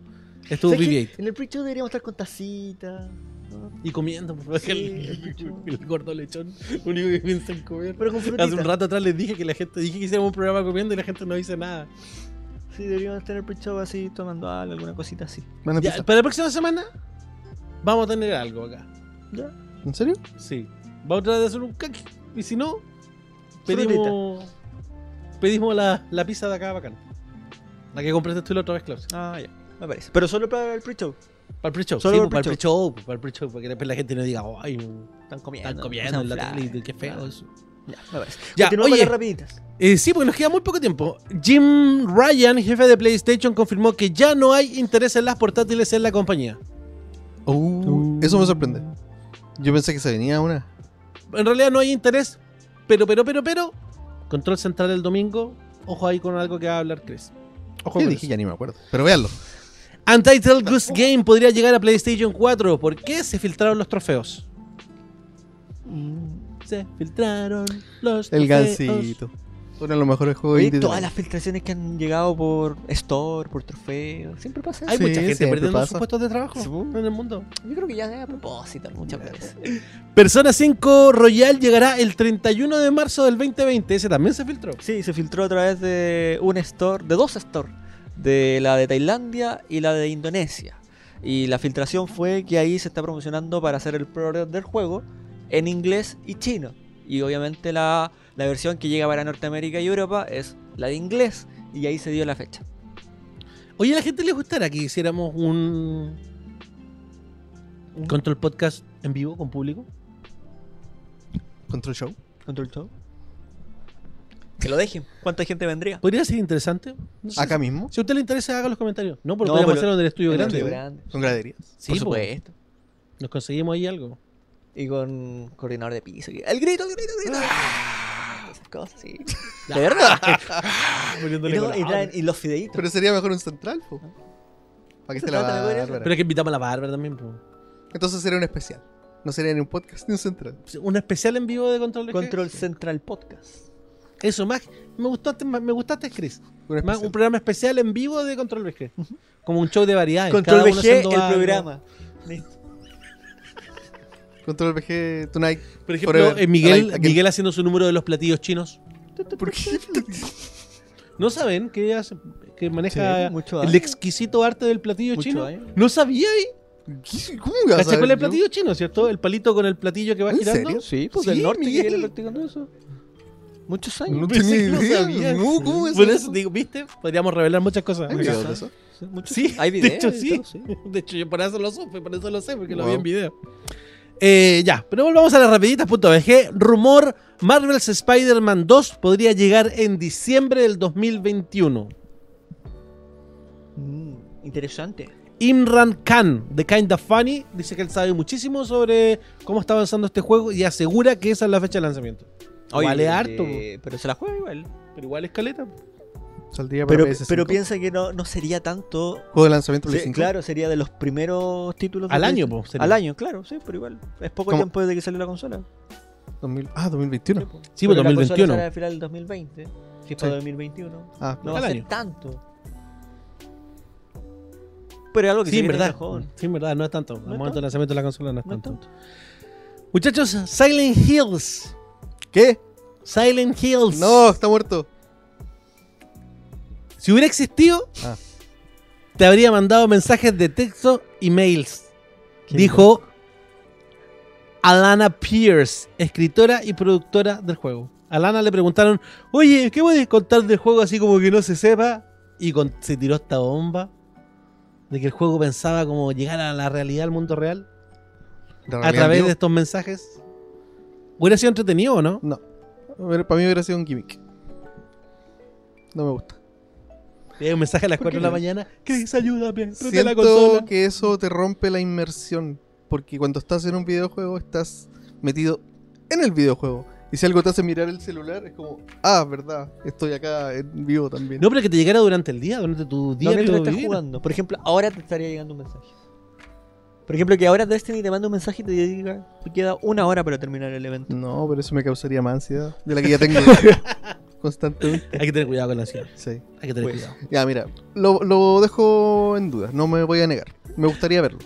estuvo ¿Sabes qué? BB-8. En el pre-show deberíamos estar con tacita. ¿no? Y comiendo, por favor, Sí, el, mucho. el gordo lechón, lo único que piensa en comer. Pero con frutita. Hace un rato atrás les dije que la gente, dije que hiciéramos un programa comiendo y la gente no dice nada. Sí, deberíamos tener pre-show así, tomando algo, alguna cosita así. Van a Ya, empezar. para la próxima semana vamos a tener algo acá. ¿Ya? ¿En serio? Sí. Vamos a tratar de hacer un caqui. Y si no, pedimos, pedimos la, la pizza de acá bacán. La que compraste tú la otra vez, Klaus. Ah, ya. Me parece. Pero solo para el pre-show. Para el pre-show. Solo sí, pues, para el para el pre-show. Para el pre-show. Para que después la gente no diga, ay, Están comiendo. están comiendo en la usan tele, fly. qué feo Ah, eso. Ya, me parece. Ya, Continuamos oye. con las rapiditas. Eh, sí, porque nos queda muy poco tiempo. Jim Ryan, jefe de PlayStation, confirmó que ya no hay interés en las portátiles en la compañía. Uh, Eso me sorprende. Yo pensé que se venía una. En realidad no hay interés, pero, pero, pero, pero. Control central el domingo. Ojo ahí con algo que va a hablar Chris. Ojo ¿Qué con dije? Ya ni me acuerdo. Pero véanlo. eso. Untitled Goose Game podría llegar a PlayStation 4. ¿Por qué se filtraron los trofeos? Mm. Se filtraron los El trofeos. gancito. Uno de los mejores juegos Oye, indie de- todas las filtraciones que han llegado por Store, por trofeo, siempre pasa Hay eso. Sí, mucha gente siempre perdiendo pasa. pues. sus puestos de trabajo Sí. en el mundo. Yo creo que ya es a propósito muchas veces. Persona 5 Royal llegará el 31 de marzo del 2020. Ese también se filtró. Sí, se filtró a través de un store, de dos stores, de la de Tailandia y la de Indonesia. Y la filtración fue que ahí se está promocionando para hacer el pre-order del juego en inglés y chino. Y obviamente la, la versión que llega para Norteamérica y Europa es la de inglés. Y ahí se dio la fecha. Oye, a la gente le gustará que hiciéramos un Un control podcast en vivo con público. Control Show. Control show. Que lo dejen. ¿Cuánta gente vendría? Podría ser interesante. No sé Acá mismo. Si a usted le interesa, haga los comentarios. No, porque No, podríamos pero- hacerlo del estudio En el grande. Río ¿eh? Grande. Son graderías. Sí, Por po. supuesto. Nos conseguimos ahí algo. Y con coordinador de piso. y- El grito, el grito, el grito. Ah. Esas cosas, sí. Ya. De verdad. Ah, Y, Poniéndole no, color. y traen- y los fideitos. Pero sería mejor un central, po. ¿Para que te la Central también podría ser. Pero es que invitamos a la Bárbara también. po. Entonces sería un especial. No sería ni un podcast ni un central. Un especial en vivo de Control Eje. Control Central Podcast. Eso, más. Me gustaste, me gustaste Chris. Un Más, un especial. programa especial en vivo de Control VG. Como un show de variedades. Control cada uno VG, el haciendo algo. programa. Control VG Tonight. Por ejemplo, Forever. eh, Miguel, Aquel- eh, Miguel haciendo su número de los platillos chinos. ¿Por qué? ¿No saben que, hace- que maneja Sí, mucho el daño. exquisito arte del platillo Mucho chino? daño. ¿No sabía ahí? ¿Qué? ¿Cómo iba a ¿Cachai saber con el yo? platillo chino, cierto? El palito con el platillo que va ¿En girando. serio? Sí, pues Sí, del norte que Miguel. viene practicando eso. Muchos años. No Pensé tenía que no idea. sabía. No, ¿cómo Por es eso digo, ¿viste? Podríamos revelar muchas cosas. ¿Hay videos de eso? Sí, muchos- Sí, hay videos. De hecho, y sí. todo, De hecho, yo por eso lo supe, por eso lo sé, porque lo vi Wow. en video. Eh, ya, pero volvamos a las rapiditas.bg. Rumor: Marvel's Spider-Man 2 podría llegar en diciembre del 2021. Mm, interesante. Imran Khan, de Kinda Funny, dice que él sabe muchísimo sobre cómo está avanzando este juego y asegura que esa es la fecha de lanzamiento. vale harto, eh, pero se la juega igual. pero igual escaleta. Saldría para Pero, PS5. pero piensa que no, no sería tanto. Juego de lanzamiento Play Sí, 5. claro, sería de los primeros títulos. de Al año, PlayStation. po, sería. Al año, claro, sí, pero igual. Es poco ¿Cómo? tiempo desde que salió la consola. 2000 Ah, 2021. Sí, pero pues, 2021. La consola sale al final del 2020. Si es para Sí. 2021. Ah, No va a Al ser año. tanto. Pero es algo que Sí, se en viene verdad. cajón. Sí, en verdad, no es tanto. Al No es momento tanto. del lanzamiento de la consola no es No es tanto. Muchachos, Silent Hills. ¿Qué? Silent Hills. No, está muerto. Si hubiera existido, Ah. te habría mandado mensajes de texto y mails. ¿Quién Dijo Alana Pierce, escritora y productora del juego. A Alana le preguntaron, oye, ¿qué puedes contar del juego así como que no se sepa? Y con- se tiró esta bomba de que el juego pensaba como llegar a la realidad, al mundo real, La a realidad través vivo. de estos mensajes. ¿Hubiera sido entretenido o no? No. A ver, para mí hubiera sido un gimmick. No me gusta. Le dio un mensaje a las 4 de la no? mañana. Chris, ayúdame, prende la Siento consola. que eso te rompe la inmersión. Porque cuando estás en un videojuego, estás metido en el videojuego. Y si algo te hace mirar el celular, es como, ah, verdad, estoy acá en vivo también. No, pero que te llegara durante el día, durante tu día. No, mientras que estás vivieras. jugando. Por ejemplo, ahora te estaría llegando un mensaje. Por ejemplo, que ahora Destiny te manda un mensaje y te diga, te queda una hora para terminar el evento. No, pero eso me causaría más ansiedad de la que ya tengo constantemente. Hay que tener cuidado con la ansiedad. Sí. Hay que tener Pues, cuidado. Ya, mira, lo, lo dejo en duda, no me voy a negar. Me gustaría verlo.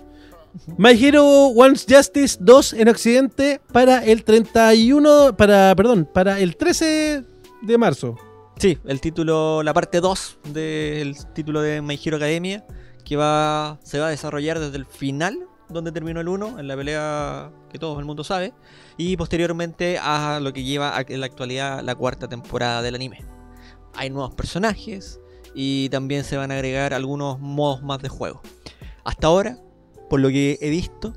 My Hero Wants Justice 2 en Occidente para el 31. Para, perdón, para el 13 de marzo. Sí, el título, la parte 2 del título de My Hero Academia, que va, se va a desarrollar desde el final, donde terminó el 1, en la pelea que todo el mundo sabe, y posteriormente a lo que lleva a- en la actualidad la cuarta temporada del anime. Hay nuevos personajes y también se van a agregar algunos modos más de juego. Hasta ahora, por lo que he visto,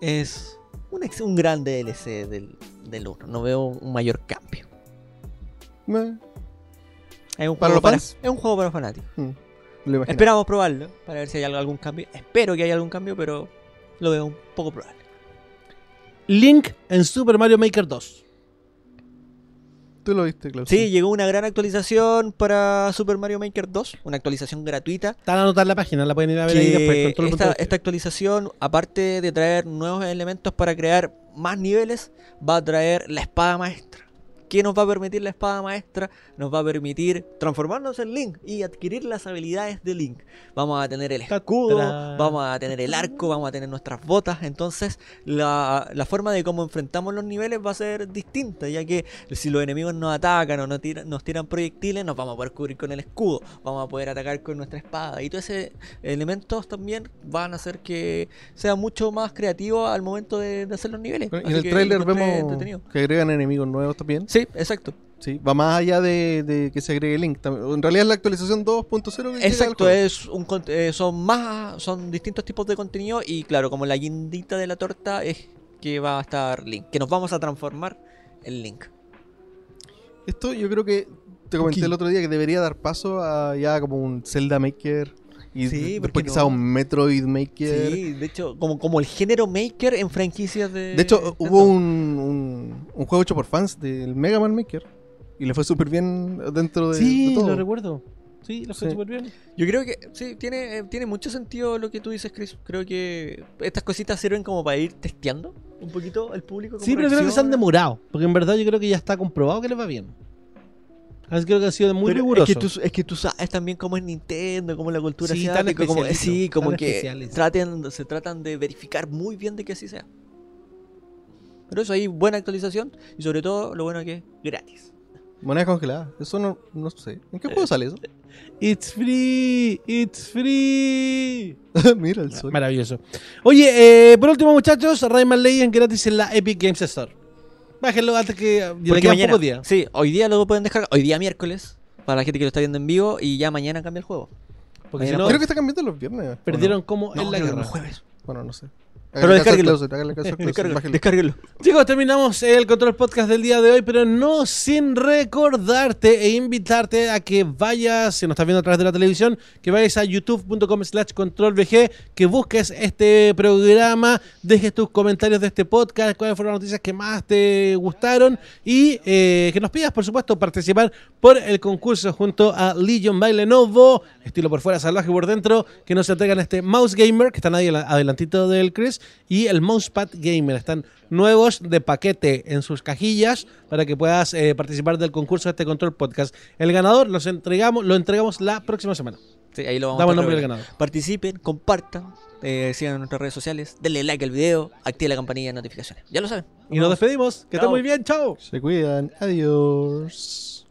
es un, ex- un gran DLC del, del 1. No veo un mayor cambio. Me, Es un juego ¿Para los para, fans? es un juego para fanáticos. mm, lo imagino. Esperamos probarlo para ver si hay algo- algún cambio. Espero que haya algún cambio, pero lo veo un poco probable. Link en Super Mario Maker 2. Tú lo viste, Klaus. Sí, llegó una gran actualización para Super Mario Maker 2, una actualización gratuita. Están a anotar la página, la pueden ir a ver ahí que después. Con todo el esta, punto de- esta actualización, aparte de traer nuevos elementos para crear más niveles, va a traer la espada maestra. ¿Qué nos va a permitir la espada maestra? Nos va a permitir transformarnos en Link y adquirir las habilidades de Link. Vamos a tener el escudo, Tatrán. vamos a tener el arco, vamos a tener nuestras botas. Entonces, la, la forma de cómo enfrentamos los niveles va a ser distinta, ya que si los enemigos nos atacan o nos tiran, nos tiran proyectiles, nos vamos a poder cubrir con el escudo, vamos a poder atacar con nuestra espada. Y todo ese elementos también van a hacer que sea mucho más creativo al momento de, de hacer los niveles. Bueno, Así y en el que tráiler lo encontré vemos entretenido. que agregan enemigos nuevos también. Sí, exacto. Sí, va más allá de, de que se agregue Link. tam- En realidad es la actualización 2.0 que llega al Exacto, juego. es un cont- eh, son más son distintos tipos de contenido y claro, como la guindita de la torta es que va a estar Link, que nos vamos a transformar en Link. Esto yo creo que te comenté el otro día que debería dar paso a ya como un Zelda Maker y Sí, de- ¿por después qué quizá no? un Metroid Maker. Sí, de hecho, como, como el género maker en franquicias de De Eh, hecho, Nintendo. hubo un, un, un juego hecho por fans del Mega Man Maker y le fue súper bien dentro de, Sí, de todo. lo recuerdo. Sí, lo sé Sí. súper bien. Yo creo que sí, tiene, eh, tiene mucho sentido lo que tú dices, Chris. Creo que estas cositas sirven como para ir testeando un poquito al público. cómo Sí, pero creo que se han reacciona. demorado. Porque en verdad yo creo que ya está comprobado que les va bien. Así que creo que ha sido muy Pero riguroso. Es que, tú, es que tú sabes también cómo es Nintendo, cómo es la cultura Sí, tan asiática, cómo- especialito, sí, como tan que especiales. traten, se tratan de verificar muy bien de que así sea. Pero eso ahí, buena actualización y sobre todo lo bueno que es gratis. Moneda congelada. Eso no, no sé. ¿En Eh, qué juego sale eso? It's free, it's free. Mira el sol. Maravilloso. Oye, eh, por último, muchachos, Rayman Legends gratis en la Epic Games Store. Bájenlo antes que Porque le quedan mañana- pocos días. Sí, hoy día lo pueden descargar. Hoy día miércoles. Para la gente que lo está viendo en vivo. Y ya mañana cambia el juego. Porque si mañana no, Creo que está cambiando los viernes. ¿o no? perdieron como en la creo que guerra. el jueves. Bueno, no sé. Pero Háganle caso al descárguelo. Clauser, háganle caso al Clauser, Descárguelo, bájenlo. descárguelo. Chicos, terminamos el Control Podcast del día de hoy, pero no sin recordarte e invitarte a que vayas, si nos estás viendo a través de la televisión, que vayas a youtube.com slash controlvg, que busques este programa, dejes tus comentarios de este podcast, cuáles fueron las noticias que más te gustaron y eh, que nos pidas, por supuesto, participar por el concurso junto a Legion by Lenovo, estilo por fuera, salvaje por dentro, que nos entregan este Mouse Gamer, que están ahí al- adelantito del Chris, y el Mousepad Gamer. Están nuevos de paquete en sus cajillas para que puedas eh, participar del concurso de este Control Podcast. El ganador los entregamos, lo entregamos la próxima semana. Sí, ahí lo vamos Damos el a nombre del revelar. ganador. Participen, compartan, eh, sigan en nuestras redes sociales, denle like al video, activen la campanilla de notificaciones. Ya lo saben. Y nos despedimos. Que esté Chao. muy bien. Chao. Se cuidan. Adiós.